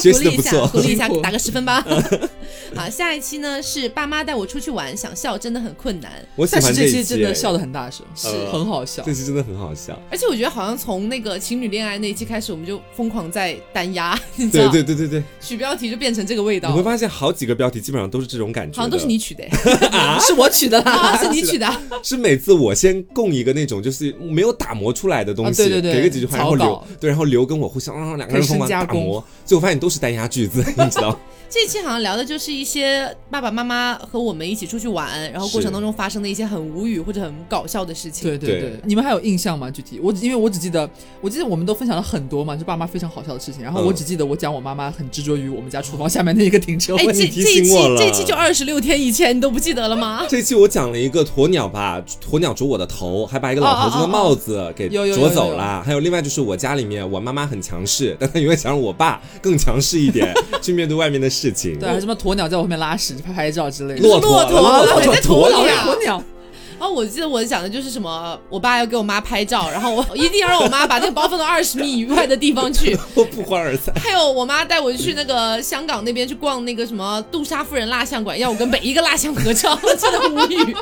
Speaker 2: 学
Speaker 1: 鼓
Speaker 2: 习的
Speaker 1: 励一
Speaker 2: 不
Speaker 1: 下，
Speaker 2: 错，
Speaker 1: 鼓励一下
Speaker 3: 辛，苦
Speaker 1: 打个十分吧。 好，下一期呢是爸妈带我出去玩，想笑真的很困难。
Speaker 2: 我喜
Speaker 3: 但是
Speaker 2: 欢
Speaker 3: 这
Speaker 2: 一期
Speaker 3: 期真的笑
Speaker 2: 的，
Speaker 3: 得很大声，
Speaker 2: 是
Speaker 3: 很好笑
Speaker 2: 这。期真的很好笑。
Speaker 1: 而且我觉得好像从那个情侣恋爱那一期开始，我们就疯狂在单压， 你知
Speaker 2: 对
Speaker 1: 道，
Speaker 2: 对对对对，
Speaker 1: 取标题就变成这个味道
Speaker 2: 你，会发现好几个标题基本上都是这种感觉的，
Speaker 1: 好像都是你取的，
Speaker 3: 是我取的啦，
Speaker 1: 啊，是你取的，
Speaker 2: 是每次我先供一个那种就是没有打磨出来的东西，
Speaker 3: 啊对对对
Speaker 2: 给个几句话，然后
Speaker 3: 草稿
Speaker 2: 刘对，然后刘跟我互相啊两个人
Speaker 3: 可以深
Speaker 2: 疯狂
Speaker 3: 加
Speaker 2: 打
Speaker 3: 工
Speaker 2: 磨，最后发现都是单押句 子，你知道？
Speaker 1: 这期好像聊的就是一些爸爸妈妈和我们一起出去玩，然后过程当中发生的一些很无语或者很搞笑的事情。
Speaker 3: 对
Speaker 2: 对
Speaker 3: 对对，你们还有印象吗？具体我只因为我只记得，我记得我们都分享了很多嘛，就爸妈非常好笑的事情。然后
Speaker 2: 嗯
Speaker 3: 我只记得我讲我妈妈很执着于我们家厨房下面那一个停车
Speaker 1: 哎，
Speaker 3: 位。
Speaker 1: 这
Speaker 2: 你提
Speaker 1: 这一
Speaker 2: 醒
Speaker 1: 期
Speaker 2: 我了
Speaker 1: 这一期就二十六天以前，你都不记得了吗？
Speaker 2: 这期我讲了一个鸵鸟吧，鸵鸟啄我的头，还把一个老头子的帽 子给
Speaker 3: 有有有
Speaker 2: 啄走了。还有另外就是我家里面，我妈妈很强势，但她永远想让我爸更强势一 点去面对外面的事情。
Speaker 3: 对，还有什么鸵鸟在我后面拉屎拍拍照之类的。
Speaker 2: 骆
Speaker 1: 骆
Speaker 2: 驼，骆
Speaker 1: 驼
Speaker 2: 驼
Speaker 1: 在
Speaker 2: 鸵
Speaker 1: 鸵
Speaker 2: 鸟
Speaker 1: 鸟。
Speaker 3: 鸵鸟，
Speaker 1: 哦，我记得我讲的就是什么，我爸要给我妈拍照，然后我一定要让我妈把那个包放到二十米以外的地方去。
Speaker 2: 我不欢而散。
Speaker 1: 还有我妈带我去那个香港那边去逛那个什么杜莎夫人蜡像馆，要我跟每一个蜡像合照， 真的无语。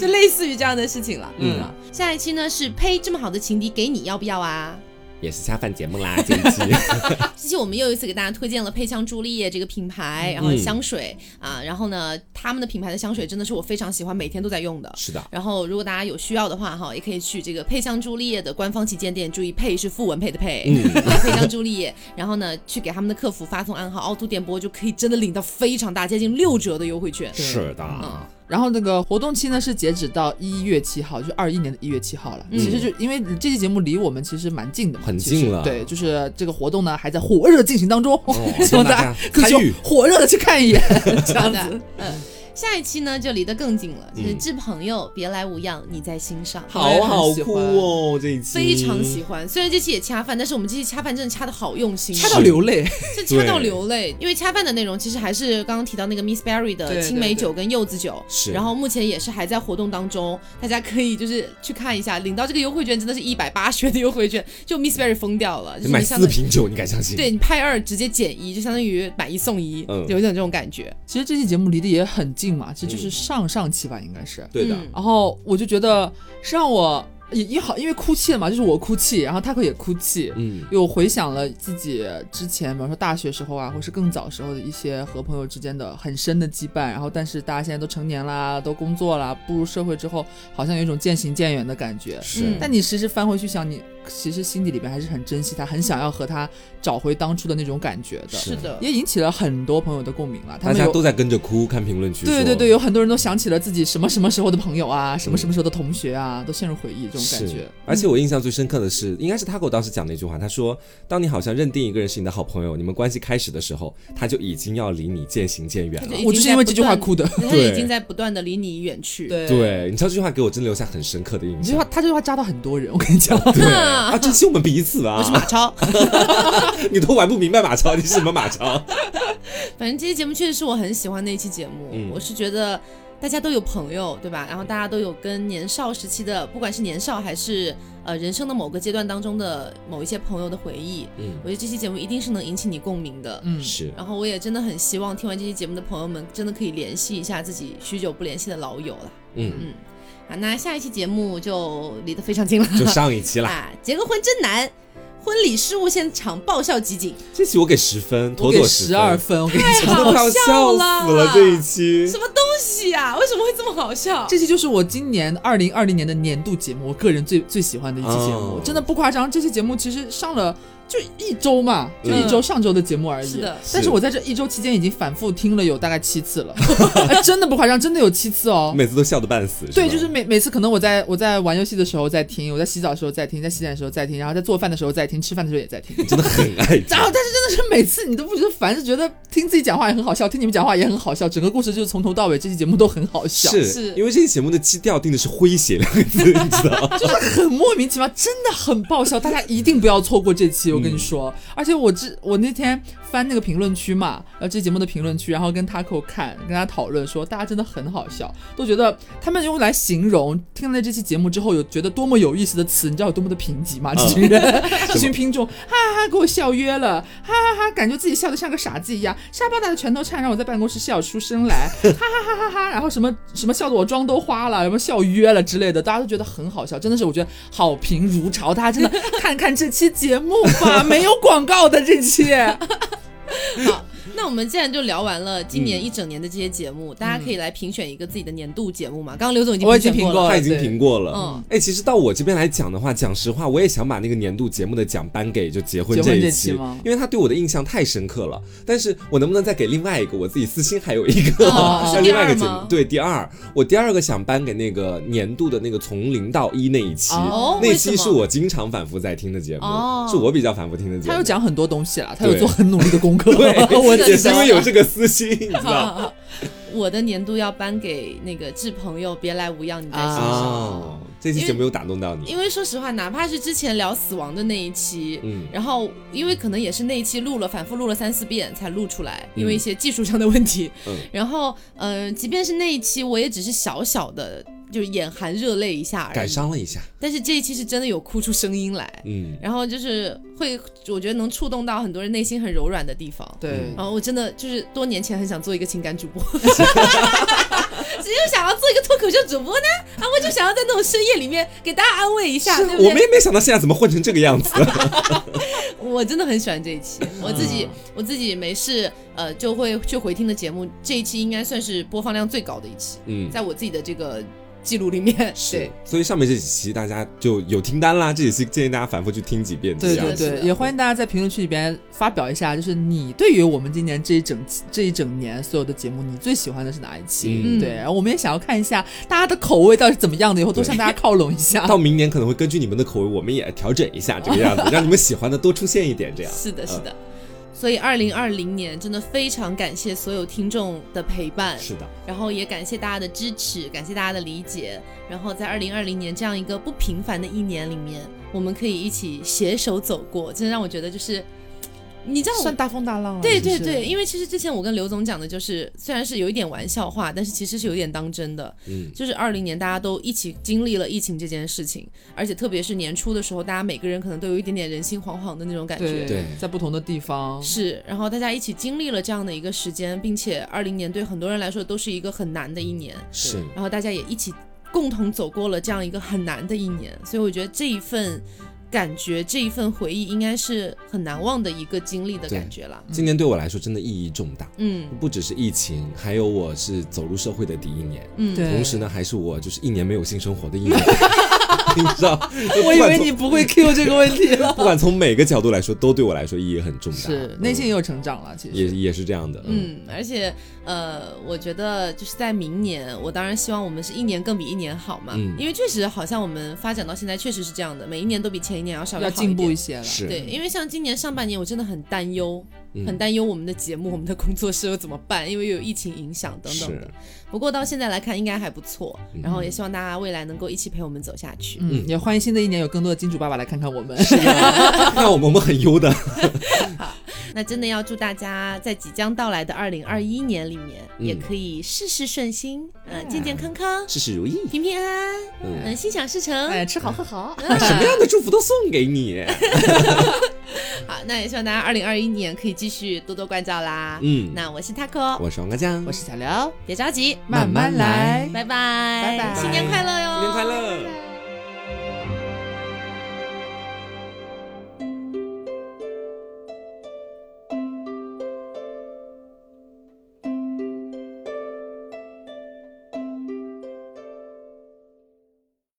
Speaker 1: 就类似于这样的事情了。
Speaker 2: 嗯，
Speaker 1: 下一期呢是呸，这么好的情敌给你要不要啊？
Speaker 2: 也是下饭节目啦，这一期
Speaker 1: 这期我们又一次给大家推荐了配枪朱丽叶这个品牌，然
Speaker 2: 嗯
Speaker 1: 后香水、啊，然后呢，他们的品牌的香水真的是我非常喜欢，每天都在用的。
Speaker 2: 是的。
Speaker 1: 然后，如果大家有需要的话，哈，也可以去这个配香朱丽叶的官方旗舰店，注意“配”是傅文佩的“配”，
Speaker 3: 嗯
Speaker 1: 配香朱丽叶。然后呢，去给他们的客服发送暗号“凹凸电波”，就可以真的领到非常大，接近六折的优惠券。
Speaker 2: 是的，
Speaker 1: 嗯
Speaker 3: 然后那个活动期呢是截止到一月七号，就是二一年的一月七号了。其实就因为这期节目离我们其实蛮近的嘛，
Speaker 2: 嗯很
Speaker 3: 其实
Speaker 2: 近了
Speaker 3: 对，就是这个活动呢还在火热进行当中， 希望
Speaker 2: 希望大家
Speaker 3: 大家可以
Speaker 2: 参与
Speaker 3: 就火热的去看 一眼，这
Speaker 1: 好
Speaker 3: 样
Speaker 1: 的
Speaker 3: 子。，
Speaker 1: 嗯。下一期呢就离得更近
Speaker 3: 嗯
Speaker 1: 了，就是致朋友，别来无恙，你在心上。
Speaker 3: 我也
Speaker 2: 好啊
Speaker 3: 很
Speaker 2: 好
Speaker 3: 喜
Speaker 2: 哭
Speaker 3: 欢
Speaker 2: 哦，这一期
Speaker 1: 非常喜欢，虽然这期也掐饭，但是我们这期掐饭真的掐的好用心、啊，
Speaker 3: 掐到流泪，
Speaker 1: 是掐到流泪，因为掐饭的内容其实还是刚刚提到那个 Miss Berry 的
Speaker 3: 对
Speaker 1: 青梅酒跟柚子酒，
Speaker 2: 是
Speaker 1: 然后目前也是还在活动当中，大家可以就是去看一下，领到这个优惠券真的是一百八十元的优惠券，就 Miss Berry 疯掉了，就是
Speaker 2: 买
Speaker 1: 你相
Speaker 2: 四
Speaker 1: 当于
Speaker 2: 瓶酒，你敢相信？
Speaker 1: 对你拍二直接减一，就相当于买一送一，
Speaker 2: 嗯
Speaker 1: 有一种这种感觉，
Speaker 3: 其实这期节目离得也很近嘛，其实就是上上期吧，应该是。
Speaker 2: 对的，
Speaker 1: 嗯
Speaker 3: 然后我就觉得是让我也也好，因为哭泣了嘛，就是我哭泣，然后 Taco 也哭泣，
Speaker 2: 嗯
Speaker 3: 又回想了自己之前，比方说大学时候啊，或是更早时候的一些和朋友之间的很深的羁绊。然后，但是大家现在都成年啦，都工作啦，步入社会之后，好像有一种渐行渐远的感觉。
Speaker 2: 是
Speaker 1: 嗯
Speaker 3: 但你其实翻回去想，你其实心底里边还是很珍惜他，很想要和他找回当初的那种感觉的。
Speaker 2: 是
Speaker 1: 是的，
Speaker 3: 也引起了很多朋友的共鸣了，
Speaker 2: 大
Speaker 3: 他们
Speaker 2: 家
Speaker 3: 有
Speaker 2: 都在跟着哭，看评论区说
Speaker 3: 对对对，有很多人都想起了自己什么什么时候的朋友啊，什么什么时候的同学啊，都陷入回忆这种感
Speaker 2: 是
Speaker 3: 觉。
Speaker 2: 而且我印象最深刻的是，应该是他给我当时讲那句话，他说：“当你好像认定一个人是你的好朋友，你们关系开始的时候，他就已经要离你渐行渐远
Speaker 1: 他
Speaker 2: 了
Speaker 1: 就。
Speaker 3: 我就是因为这句话哭的。
Speaker 1: 他
Speaker 2: 对
Speaker 1: 已经在不断的离你远去。，
Speaker 3: 对”
Speaker 2: 对，你知道这句话给我真留下很深刻的印
Speaker 3: 你这句
Speaker 2: 象
Speaker 3: 话。他这句话扎到很多人，我跟你讲，
Speaker 2: 对啊，珍惜我们彼此啊
Speaker 1: 我！是马超。
Speaker 2: 你都玩不明白马超，你是什么马超？
Speaker 1: 反正这期节目确实是我很喜欢的一期节目，
Speaker 2: 嗯
Speaker 1: 我是觉得大家都有朋友，对吧？然后大家都有跟年少时期的，不管是年少还是呃人生的某个阶段当中的某一些朋友的回忆，
Speaker 2: 嗯，
Speaker 1: 我觉得这期节目一定是能引起你共鸣的。
Speaker 3: 嗯，
Speaker 2: 是
Speaker 1: 然后我也真的很希望听完这期节目的朋友们，真的可以联系一下自己许久不联系的老友了。
Speaker 2: 嗯，
Speaker 1: 嗯，啊，那下一期节目就离得非常近 了，
Speaker 2: 就上一期啦。
Speaker 1: 啊，结个婚真难，婚礼事务现场爆笑集 锦，
Speaker 2: 这期我给十分，
Speaker 3: 我
Speaker 2: 妥
Speaker 3: 给
Speaker 2: 妥
Speaker 3: 十
Speaker 2: 分
Speaker 3: 二，分，我跟你
Speaker 1: 太
Speaker 3: 讲，
Speaker 2: 我都快要
Speaker 1: 好
Speaker 2: 笑
Speaker 1: 笑啦
Speaker 2: 死了这一期
Speaker 1: 什。么东西啊？为什么会这么好笑？
Speaker 3: 这期就是我今年二零二零年的年度节目，我个人最最喜欢的一期节目，
Speaker 2: 哦
Speaker 3: 真的不夸张。这期节目其实上了就一周嘛，就一周上周的节目而已。
Speaker 1: 是的
Speaker 3: 但是我在这一周期间已经反复听了有大概七次了， 哎真的不夸张，真的有七次哦。
Speaker 2: 每次都笑得半死，
Speaker 3: 对，
Speaker 2: 吧
Speaker 3: 就是每每次可能我在我在玩游戏的时候在听，我在洗澡的时候在听，在洗脸的时候在听，然后在做饭的时候在听，吃饭的时候也在听。
Speaker 2: 真的很爱 听
Speaker 3: 然后，但是真的是每次你都不觉得烦，就觉得听自己讲话也很好笑，听你们讲话也很好笑，整个故事就是从头到尾，这期节目都很好笑，
Speaker 2: 是
Speaker 1: 是
Speaker 2: 因为这期节目的基调定的是诙谐两个 字，你知道吗？
Speaker 3: 就是很莫名其妙，真的很爆笑，大家一定不要错过这期，我跟你说。而且我之我那天翻那个评论区嘛，呃，这节目的评论区，然后跟 Taco 看，跟他讨论说，大家真的很好笑，都觉得他们用来形容听了这期节目之后有觉得多么有意思的词，你知道有多么的贫瘠吗？这群人，这群听众，哈哈哈，给我笑约了，哈哈哈，感觉自己笑得像个傻子一样，沙包大的拳头颤，让我在办公室笑出声来，哈哈哈，然后什么什么笑得我妆都花了，什么笑约了之类的，大家都觉得很好笑，真的是我觉得好评如潮，大家真的看看这期节目吧，没有广告的这期，
Speaker 1: 好，那我们既然就聊完了今年一整年的这些节目，大家可以来评选一个自己的年度节目嘛。刚刚刘总已经
Speaker 3: 我已经
Speaker 1: 评选
Speaker 3: 评过
Speaker 1: 了，
Speaker 2: 他
Speaker 3: 了
Speaker 2: 已经评过了。
Speaker 1: 嗯
Speaker 2: 哎，其实到我这边来讲的话，讲实话，我也想把那个年度节目的奖颁给就结婚
Speaker 3: 结
Speaker 2: 这
Speaker 3: 婚
Speaker 2: 一
Speaker 3: 这
Speaker 2: 期，
Speaker 3: 期吗
Speaker 2: 因为他对我的印象太深刻了。但是我能不能再给另外一个我自己私心还有一个，
Speaker 1: 哦
Speaker 2: 像
Speaker 1: 是
Speaker 2: 另
Speaker 1: 第
Speaker 2: 外一
Speaker 1: 二
Speaker 2: 个节目
Speaker 1: 吗，
Speaker 2: 对第二，我第二个想颁给那个年度的那个从零到一那一期，
Speaker 3: 哦
Speaker 2: 那
Speaker 1: 为什
Speaker 2: 期
Speaker 1: 么
Speaker 2: 是我经常反复在听的节目，
Speaker 1: 哦
Speaker 2: 是我比较反复听的节目。
Speaker 3: 他有讲很多东西啦，他有
Speaker 2: 对
Speaker 3: 做很努力的功课，
Speaker 2: 对，
Speaker 3: 我
Speaker 2: 也是
Speaker 3: 记得
Speaker 2: 因为有这个私心，你知 道。
Speaker 1: 啊我的年度要颁给那个致朋友，别来无恙你在心上。
Speaker 2: 哦，这期节目有打动到你，
Speaker 1: 因为说实话，哪怕是之前聊死亡的那一期，
Speaker 2: 嗯
Speaker 1: 然后因为可能也是那一期录了，反复录了三四遍才录出来，
Speaker 2: 嗯
Speaker 1: 因为一些技术上的问题。
Speaker 2: 嗯
Speaker 1: 然后，嗯、即便是那一期，我也只是小小的就眼含热泪一下而
Speaker 2: 感
Speaker 1: 已。
Speaker 2: 伤了一下，
Speaker 1: 但是这一期是真的有哭出声音来，
Speaker 2: 嗯，
Speaker 1: 然后就是会，我觉得能触动到很多人内心很柔软的地方。
Speaker 3: 对
Speaker 2: 嗯。
Speaker 1: 哦然后我真的就是多年前很想做一个情感主播， 只是想要做一个脱口秀主播呢，啊，我就想要在那种深夜里面给大家安慰一下，
Speaker 2: 是
Speaker 1: 对不
Speaker 2: 我们
Speaker 1: 对？
Speaker 2: 也没想到现在怎么混成这个 样子，
Speaker 1: 我真的很喜欢这一期，
Speaker 2: 嗯
Speaker 1: 我自己我自己没事呃就会去回听的节目，这一期应该算是播放量最高的一期，
Speaker 2: 嗯。
Speaker 1: 在我自己的这个记录里面，
Speaker 2: 是
Speaker 1: 对，，
Speaker 2: 所以上面这几期大家就有听单啦，这几期建议大家反复去听几遍，
Speaker 3: 对
Speaker 2: 这样
Speaker 3: 对
Speaker 1: 是的
Speaker 3: 对
Speaker 1: 是，的
Speaker 3: 也欢迎大家在评论区里边发表一下，就是你对于我们今年这一整这一整年所有的节目，你最喜欢的是哪一期？
Speaker 2: 嗯
Speaker 3: 对，然后我们也想要看一下大家的口味到底是怎么样的，以后多向大家靠拢一下。
Speaker 2: 到明年可能会根据你们的口味，我们也调整一下这个 样子，让你们喜欢的多出现一点，这样。
Speaker 1: 是的，
Speaker 2: 嗯
Speaker 1: 是的。所以，二零二零年真的非常感谢所有听众的陪伴，
Speaker 2: 是的，
Speaker 1: 然后也感谢大家的支持，感谢大家的理解。然后在二零二零年这样一个不平凡的一年里面，我们可以一起携手走过，真的让我觉得就是，你知道我
Speaker 3: 算。大风大浪了，
Speaker 1: 对
Speaker 3: 是不
Speaker 1: 对
Speaker 3: 是
Speaker 1: 对，因为其实之前我跟刘总讲的就是，虽然是有一点玩笑话，但是其实是有点当真的。
Speaker 2: 嗯，
Speaker 1: 就是二零年大家都一起经历了疫情这件事情，而且特别是年初的时候，大家每个人可能都有一点点人心惶惶的那种感觉
Speaker 3: 对。
Speaker 2: 对
Speaker 3: 在不同的地方，
Speaker 1: 是，然后大家一起经历了这样的一个时间，并且二零年对很多人来说都是一个很难的一年，嗯
Speaker 2: 是
Speaker 1: 然后大家也一起共同走过了这样一个很难的一年，所以我觉得这一份感觉，这一份回忆应该是很难忘的一个经历的感觉啦。
Speaker 2: 今年对我来说真的意义重大，
Speaker 1: 嗯
Speaker 2: 不只是疫情，还有我是走入社会的第一年，
Speaker 1: 嗯，
Speaker 3: 对
Speaker 2: 同时呢，还是我就是一年没有性生活的一年。 你知道，
Speaker 3: 我
Speaker 2: 不
Speaker 3: 以
Speaker 2: 管
Speaker 3: 为
Speaker 2: 从
Speaker 3: 你呃不会 Q 这个问题了。
Speaker 2: 不管从每个角度来说，都对我来说意义很重大。
Speaker 3: 是
Speaker 2: 嗯
Speaker 3: 内心也有成长了，其
Speaker 2: 也
Speaker 3: 实。
Speaker 2: 也是这样的，嗯，
Speaker 1: 嗯，而且呃，我觉得就是在明年，我当然希望我们是一年更比一年好嘛，
Speaker 2: 嗯
Speaker 1: 因为确实好像我们发展到现在确实是这样的，每一年都比前一年要稍微
Speaker 3: 要
Speaker 1: 好一
Speaker 3: 进步
Speaker 1: 点。
Speaker 3: 一些了，
Speaker 2: 嗯是
Speaker 1: 对，因为像今年上半年，我真的很担忧，
Speaker 2: 嗯
Speaker 1: 很担忧我们的节目、我们的工作室又怎么办，因为又有疫情影响等等的
Speaker 2: 是。，
Speaker 1: 不过到现在来看，应该还不错。
Speaker 2: 嗯
Speaker 1: 然后也希望大家未来能够一起陪我们走下去。
Speaker 3: 嗯，也欢迎新的一年有更多的金主爸爸来看看我们。
Speaker 2: 那我们我们很优的，
Speaker 1: 那真的要祝大家在即将到来的二零二一年里面，
Speaker 2: 嗯
Speaker 1: 也可以事事顺心，呃，健健康康，
Speaker 2: 事事如意，
Speaker 1: 平平安安，
Speaker 2: 嗯，
Speaker 1: 嗯，心想事成。
Speaker 3: 哎，吃好喝好，
Speaker 2: 什么样的祝福都送给你，
Speaker 1: 好，那也希望大家二零二一年可以继续多多关照啦。
Speaker 2: 嗯，
Speaker 1: 那我是 Taco，
Speaker 2: 我是王瓜酱，
Speaker 3: 我是小刘，
Speaker 1: 别着急，
Speaker 3: 慢
Speaker 2: 慢
Speaker 3: 慢
Speaker 2: 慢来
Speaker 3: 来。
Speaker 1: 拜拜，
Speaker 3: 拜拜
Speaker 1: 新年快乐哟，
Speaker 2: 新年快乐。